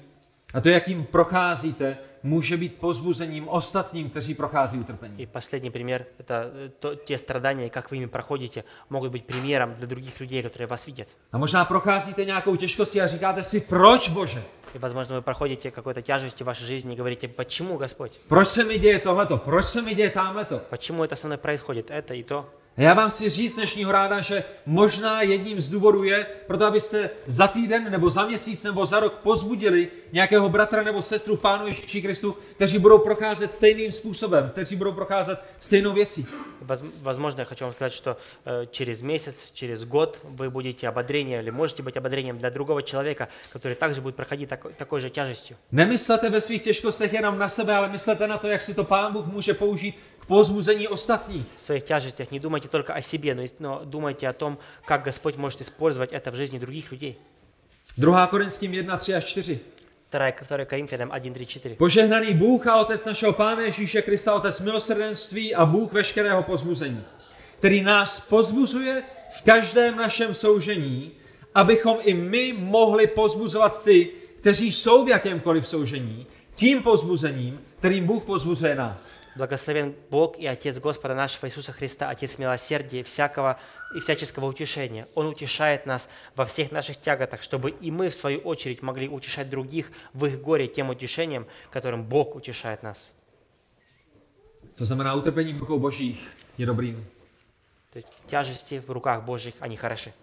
[SPEAKER 1] a to, jakým procházíte, může být pozbuzením ostatním, kteří prochází utrpení.
[SPEAKER 2] И последний пример – это э, то- те страдания, как вы ими проходите, могут быть примером для других людей, которые вас видят.
[SPEAKER 1] A možná procházíte nějakou těžkostí a říkáte si, proč Bože?
[SPEAKER 2] И, возможно, вы проходите какой-то тяжестью в вашей жизни и говорите, почему, Господь?
[SPEAKER 1] Proč se mi děje tohleto? Proč se mi děje tamhleto?
[SPEAKER 2] Почему это со мной происходит? Это и то.
[SPEAKER 1] A já vám chci říct dnešního ráda, že možná jedním z důvodů je, proto abyste za týden nebo za měsíc nebo za rok pozbudili nějakého bratra nebo sestru v Pánu Ježíši Kristu, kteří budou procházet stejným způsobem, kteří budou procházet stejnou věcí.
[SPEAKER 2] Воз- Возможно, я хочу вам сказать, что э, через месяц, через год вы будете ободрением или можете быть ободрением для другого человека, который также будет проходить тако- такой же тяжестью.
[SPEAKER 1] Nemyslete ve svých těžkostech jenom na sebe, ale myslete na to, jak si to Pán Bůh může použít k pozbuzení ostatních.
[SPEAKER 2] В своих тяжестях не думайте только о себе, но, и- но думайте о том, как Господь может использовать это в жизни других людей.
[SPEAKER 1] 2. Korinským 1, 3 až 4.
[SPEAKER 2] 2, 2 Коринфянам 1, 3, 4.
[SPEAKER 1] Požehnaný Bůh a Otec našeho Pána Ježíše Krista, Otec milosrdenství a Bůh veškerého pozbuzení, který nás pozbuzuje v každém našem soužení, abychom i my mohli pozbuzovat ty, kteří jsou v jakémkoliv soužení, tím pozbuzením, kterým Bůh pozbuzuje nás.
[SPEAKER 2] Благословен Бог и Отец Господа нашего Иисуса Христа, Отец милосердия и всякого и всяческого утешения. Он утешает нас во всех наших тяготах, чтобы и мы, в свою очередь, могли утешать других в их горе тем утешением, которым Бог утешает нас.
[SPEAKER 1] To znamená, utrpení v rukou božích je dobrým.
[SPEAKER 2] То есть тяжести в руках Божьих, они хороши.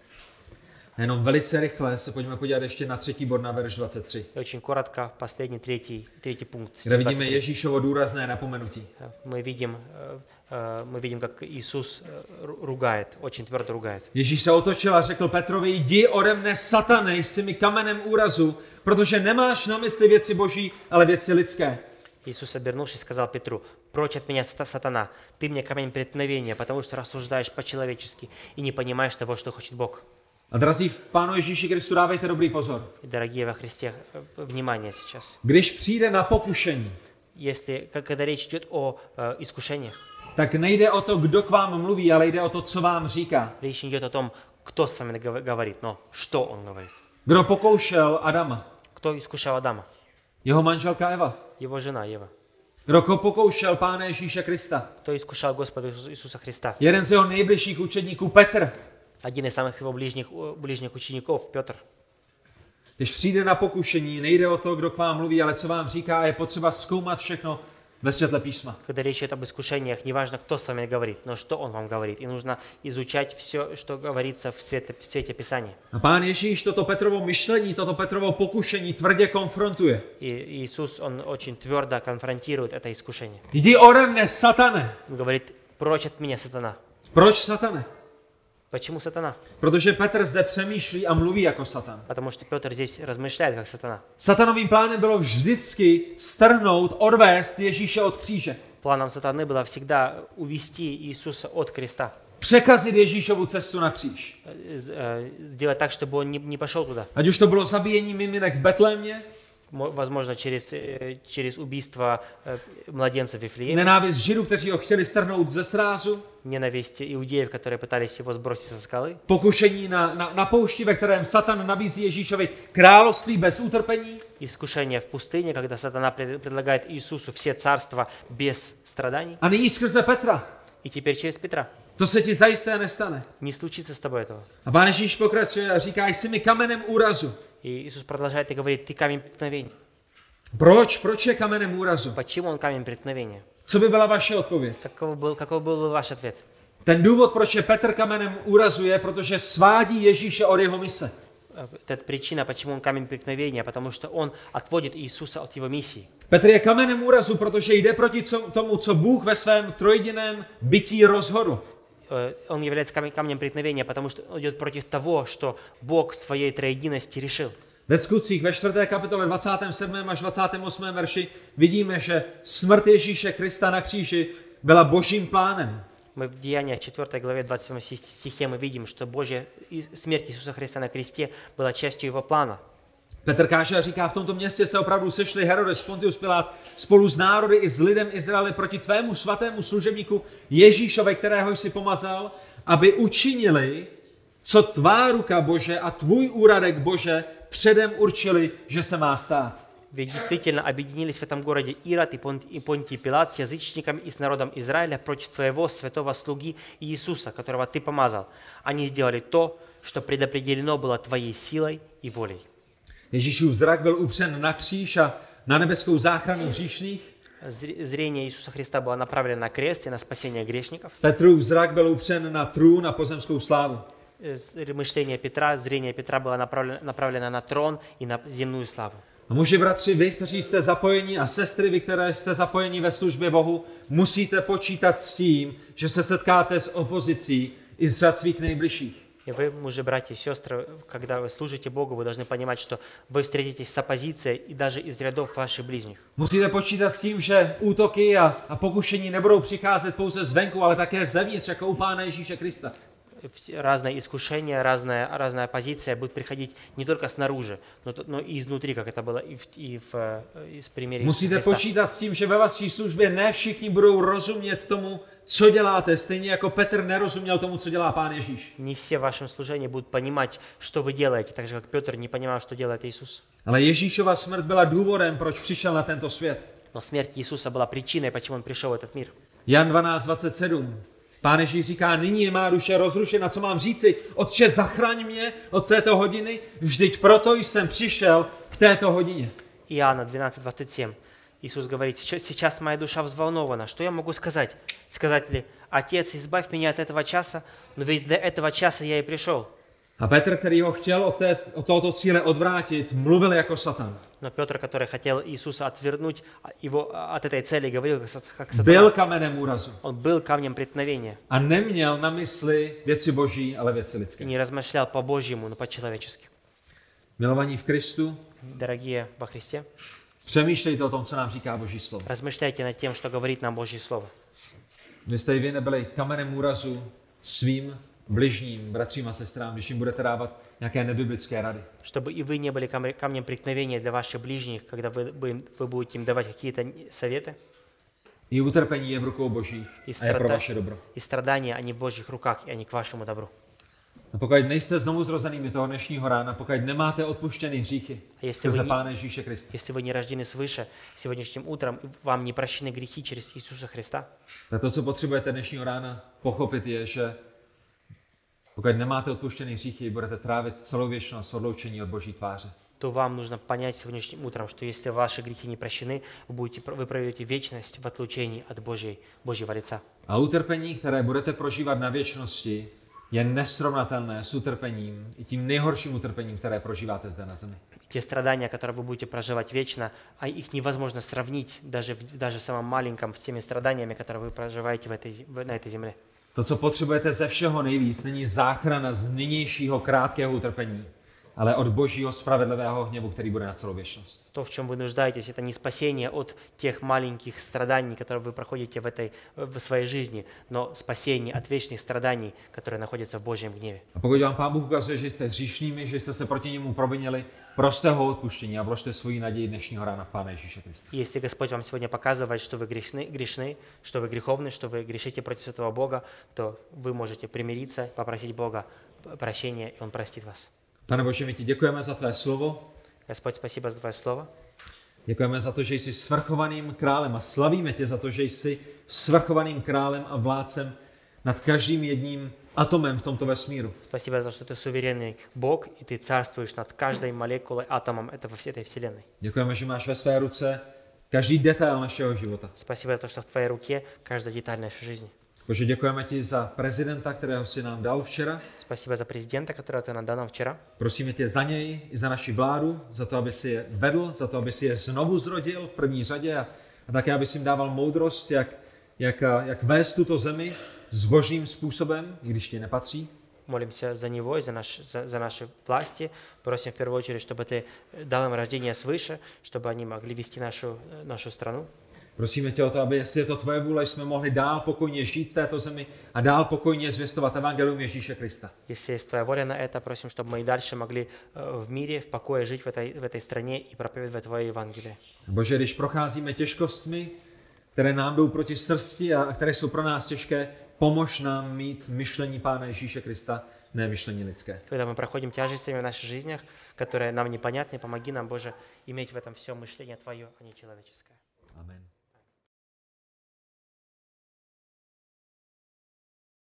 [SPEAKER 1] A Jenom velice rychle se pojďme podívat ještě na třetí bod na verš 23,
[SPEAKER 2] И очень коротко, последний, третий, tретий пунkt. стих
[SPEAKER 1] kde vidíme
[SPEAKER 2] 23.
[SPEAKER 1] Ježíšovo důrazné napomenutí.
[SPEAKER 2] Э, Мы видим, э, э, мы видим, как Иисус э, ру- ругает, очень твердо ругает.
[SPEAKER 1] Ježíš se otočil a řekl Petrovi, jdi ode mne satane, jsi mi kamenem úrazu, protože nemáš na mysli věci boží, ale věci lidské.
[SPEAKER 2] Иисус, обернувшись, сказал Петру, «Прочь от меня, сата- сатана, ты мне камень преткновения, потому что рассуждаешь по-человечески и не понимаешь того, что хочет Бог».
[SPEAKER 1] A drazí v Pánu Ježíši Kristu dávejte dobrý pozor.
[SPEAKER 2] И, Дорогие во Христе, э, внимание сейчас.
[SPEAKER 1] Když přijde na pokušení,
[SPEAKER 2] Если, как- когда речь идет о э, искушениях,
[SPEAKER 1] tak nejde o to, kdo k vám mluví, ale jde o to, co vám říká.
[SPEAKER 2] речь не идет о том, кто с вами гов- говорит, но что он говорит.
[SPEAKER 1] Kdo pokoušel Adama?
[SPEAKER 2] Кто искушал Адама?
[SPEAKER 1] Jeho manželka Eva.
[SPEAKER 2] Его жена Ева.
[SPEAKER 1] Kdo ko- pokoušel Pána Ježíše Krista?
[SPEAKER 2] Кто искушал Господа Иисус- Иисуса Христа?
[SPEAKER 1] Jeden z jeho nejbližších učedníků, Petr.
[SPEAKER 2] Один из самых его ближних, э, ближних учеников, Петр.
[SPEAKER 1] Když přijde na pokušení, nejde o to, kdo k vám mluví, ale co vám říká, a je potřeba zkoumat všechno ve světle písma.
[SPEAKER 2] Когда речь идет об искушениях, неважно, кто с вами говорит, но что он вам говорит. И нужно изучать все, что говорится в свете, в свете Писания.
[SPEAKER 1] A pán Ježíš toto Petrovo myšlení, toto Petrovo pokušení tvrdě konfrontuje.
[SPEAKER 2] И Иисус, он очень твердо конфронтирует это искушение.
[SPEAKER 1] Jdi ode mne, satane!
[SPEAKER 2] Он говорит, прочь от меня, сатана.
[SPEAKER 1] Proč satane?
[SPEAKER 2] Почему сатана?
[SPEAKER 1] Protože Petr zde přemýšlí a mluví jako satan.
[SPEAKER 2] Потому что Петр здесь размышляет, как сатана.
[SPEAKER 1] Satanovým plánem bylo vždycky strhnout, odvést Ježíše od kříže.
[SPEAKER 2] Планом сатаны было всегда увести Иисуса от креста.
[SPEAKER 1] Překazit Ježíšovu cestu na kříž.
[SPEAKER 2] Э, з- э, Сделать так, чтобы он не, не пошел туда.
[SPEAKER 1] Ať už to bylo zabíjení miminek v Betlémě,
[SPEAKER 2] Мо- Возможно, через, э, через убийство э, младенца в Вифлееме,
[SPEAKER 1] nenávist Židů, kteří ho chtěli strhnout ze srázu,
[SPEAKER 2] ненависть иудеев, которые пытались его сбросить со скалы,
[SPEAKER 1] pokušení na, na, na poušti, ve kterém Satan nabízí Ježíšovi království bez utrpení,
[SPEAKER 2] искушение в пустыне, когда сатана пред- предлагает Иисусу все царства без страданий,
[SPEAKER 1] a nyní skrze Petra.
[SPEAKER 2] и теперь через Петра.
[SPEAKER 1] To se ti zajisté nestane.
[SPEAKER 2] Не случится с тобой этого.
[SPEAKER 1] A pán Ježíš pokračuje a říká, jsi mi kamenem úrazu.
[SPEAKER 2] И Иисус продолжает и говорит, ты камень преткновения.
[SPEAKER 1] Proč? Proč je kamenem úrazu?
[SPEAKER 2] Почему он камень преткновения?
[SPEAKER 1] Co by byla vaše odpověď?
[SPEAKER 2] Каков был, каков был ваш ответ?
[SPEAKER 1] Ten důvod, proč je Petr kamenem úrazu, je, protože svádí Ježíše od jeho mise.
[SPEAKER 2] Э, Это причина, почему он камень преткновения, потому что он отводит Иисуса от его миссии.
[SPEAKER 1] Petr je kamenem úrazu, protože jde proti co- tomu, co Bůh ve svém trojdiném bytí rozhodl.
[SPEAKER 2] Э, Он является камень- камнем преткновения, потому что он идет против того, что Бог в своей троединости решил.
[SPEAKER 1] Ve skutcích ve 4. kapitole 27. až 28. verši vidíme, že smrt Ježíše Krista na kříži byla božím plánem.
[SPEAKER 2] Мы в Деяниях 4 главе 27 стих- стихе мы видим, что Божья и- смерть Иисуса Христа на кресте была частью Его плана.
[SPEAKER 1] Petr káže a říká, v tomto městě se opravdu sešli Herodes, Pontius Pilát spolu s národy i s lidem Izraele proti tvému svatému služebníku Ježíšovi, kterého jsi pomazal, aby učinili, co tvá ruka Bože a tvůj úradek Bože předem určili, že se má stát.
[SPEAKER 2] Ведь действительно объединились в этом городе Ирод и Пон- и Понтий Пилат с язычниками и с народом Израиля против твоего святого слуги Иисуса, которого ты помазал. Они сделали то, что предопределено было твоей силой и волей.
[SPEAKER 1] Ježíšův zrak byl upřen na kříž a na nebeskou záchranu hříšných.
[SPEAKER 2] Зр- Зрение Иисуса Христа было направлено на крест и на спасение грешников.
[SPEAKER 1] Petrův zrak byl upřen на трůн a pozemskou slávu.
[SPEAKER 2] Э, с- Мышление Петра, зрение Петра было направлено, направлено на трон и на земную славу.
[SPEAKER 1] A muži, bratři, vy, kteří jste zapojeni a sestry, vy, které jste zapojeni ve službě Bohu, musíte počítat s tím, že se setkáte s opozicí i z řad svých nejbližších.
[SPEAKER 2] И вы, мужи, братья и сестры, когда вы служите Богу, вы должны понимать, что вы встретитесь с оппозицией и даже из рядов ваших ближних.
[SPEAKER 1] Musíte počítat s tím, že útoky a, a pokušení nebudou přicházet pouze zvenku, ale také zevnitř, jako u Pána Ježíše Krista.
[SPEAKER 2] Вс- Разные искушения, разная, разная оппозиция будет приходить не только снаружи, но, т- но и изнутри, как это было и в, и в, э, и с примере Иисуса
[SPEAKER 1] Musíte
[SPEAKER 2] Христа.
[SPEAKER 1] počítat s tím, že ve vaší službě ne všichni budou rozumět tomu, co děláte, stejně jako Petr nerozuměl tomu, co dělá Pán Ježíš.
[SPEAKER 2] Не все в вашем служении будут понимать, что вы делаете, так же, как Петр не понимал, что делает Иисус.
[SPEAKER 1] Ale Ježíšova smrt byla důvodem, proč přišel na tento svět.
[SPEAKER 2] Но смерть Иисуса была причиной, почему Он пришел в этот мир.
[SPEAKER 1] Jan 12, 27. Pán Ježíš říká, nyní je má duše rozrušena, co mám říci? Otče, zachraň mě od této hodiny, vždyť proto jsem přišel k této hodině.
[SPEAKER 2] Иоанна 12:27. Иисус говорит, «Сейчас- сейчас моя душа взволнована. Что я могу сказать? Сказать ли, Отец, избавь меня от этого часа, но ведь для этого часа я и пришел.
[SPEAKER 1] A Petr, který ho chtěl od, té, od tohoto cíle odvrátit, mluvil jako satan.
[SPEAKER 2] Но Петр, который хотел Иисуса отвернуть а, его а, от этой цели, говорил, как сат- как
[SPEAKER 1] Byl
[SPEAKER 2] сатана.
[SPEAKER 1] kamenem úrazu
[SPEAKER 2] Он был камнем преткновения
[SPEAKER 1] a neměl na mysli věci boží, ale věci
[SPEAKER 2] и
[SPEAKER 1] lidské.
[SPEAKER 2] не размышлял по-божьему, но по-человечески.
[SPEAKER 1] Milovaní v Kristu,
[SPEAKER 2] Дорогие во Христе,
[SPEAKER 1] přemýšlejte o tom, co nám říká boží slovo.
[SPEAKER 2] размышляйте над тем, что говорит нам Божье Слово.
[SPEAKER 1] Vy jste i vy nebyli kamenem úrazu svým bližním bratřím a sestrám, když jim budete dávat nějaké nebiblické rady.
[SPEAKER 2] чтобы и вы не были камре- камнем преткновения для ваших ближних, когда вы, вы им- вы будете им давать какие-то н- советы.
[SPEAKER 1] I utrpení je v rukou Boží
[SPEAKER 2] I
[SPEAKER 1] a je pro
[SPEAKER 2] strata-
[SPEAKER 1] vaše dobro.
[SPEAKER 2] И страдания, они в Божьих руках, и они к вашему добру.
[SPEAKER 1] A pokud nejste znovu zrozenými toho dnešního rána, pokud nemáte odpuštěny hříchy
[SPEAKER 2] A jestli
[SPEAKER 1] skrze
[SPEAKER 2] oni-
[SPEAKER 1] Pána Ježíše Krista,
[SPEAKER 2] Если вы не рождены свыше, сегодняшним утром и вам не прощены грехи через Иисуса Христа,
[SPEAKER 1] tak to, co potřebujete dnešního rána pochopit, je, že pokud nemáte odpuštěny hříchy, budete trávit celou věčnost v odloučení od Boží tváře.
[SPEAKER 2] то вам нужно понять сегодняшним утром, что если ваши грехи не прощены, вы, будете, пр- вы проведете вечность в отлучении от Божьей, Божьего лица.
[SPEAKER 1] A utrpení, které budete prožívat na věčnosti, je nesrovnatelné s utrpením, i tím nejhorším utrpením, které prožíváte zde na zemi.
[SPEAKER 2] И те страдания, которые вы будете проживать вечно, а их невозможно сравнить даже в, даже в самом маленьком с теми страданиями, которые вы проживаете в этой, зе- в- на этой земле.
[SPEAKER 1] To, co potřebujete ze všeho nejvíc, není záchrana z nynějšího krátkého utrpení, ale od božího spravedlivého hněvu, který bude na celou věčnost.
[SPEAKER 2] То, в чем вы нуждаетесь, это не спасение от тех маленьких страданий, которые вы проходите в, этой, в своей жизни, но спасение от вечных страданий, которые находятся в Божьем гневе.
[SPEAKER 1] A pokud vám Pán Bůh ukazuje, že jste hříšnými, že jste se proti němu provinili, proste ho odpuštění a vložte svoji naději dnešního rána v Pána Ježíše Krista.
[SPEAKER 2] Если Господь вам сегодня показывает, что вы грешны, грешны, что вы греховны, что вы грешите против Святого Бога, то вы можете примириться, попросить Бога прощения, и Он простит вас.
[SPEAKER 1] Pane Bože, my ti děkujeme za tvé slovo,
[SPEAKER 2] Господь, спасибо за Твое Слово.
[SPEAKER 1] děkujeme za to, že jsi svrchovaným králem a slavíme tě za to, že jsi svrchovaným králem a vládcem nad každým jedním atomem v tomto vesmíru.
[SPEAKER 2] Спасибо за то, что Ты суверенный Бог, и Ты царствуешь над каждой молекулой, атомом этого, всей этой Вселенной.
[SPEAKER 1] Děkujeme, že máš ve své ruce každý detail našeho života.
[SPEAKER 2] Спасибо за то, что в Твоей руке каждая деталь нашей жизни.
[SPEAKER 1] Bože, děkujeme ti za prezidenta, kterého si nám dal včera.
[SPEAKER 2] Спасибо за президента, которого Ты нам дал нам вчера.
[SPEAKER 1] Prosíme tě za něj i za naši vládu, za to, aby si je vedl, za to, aby si je znovu zrodil v první řadě a, a také, aby si jim dával moudrost, jak, jak, jak vést tuto zemi s božím způsobem, i když ti nepatří.
[SPEAKER 2] молимся за него и за, наш, за, за наши власти. Просим в первую очередь, чтобы ты э, дал им рождение свыше, чтобы они могли вести нашу, э, нашу страну.
[SPEAKER 1] Prosíme tě o to, aby jestli je to tvoje vůle, jsme mohli dál pokojně žít v této zemi a dál pokojně zvěstovat Evangelium Ježíše Krista.
[SPEAKER 2] Если есть твоя воля на это, просим, чтобы мы и дальше могли э, в мире, в покое жить в этой, в этой стране и проповедовать Твое Евангелие.
[SPEAKER 1] Bože, když procházíme těžkostmi, které nám jdou proti srsti a které jsou pro nás těžké, pomož nám mít myšlení Pána Ježíše Krista, ne myšlení lidské.
[SPEAKER 2] Когда мы проходим тяжестями в наших жизнях, которые нам непонятны, помоги нам, Боже, иметь в этом все мышление Твое, а не человеческое.
[SPEAKER 1] Amen.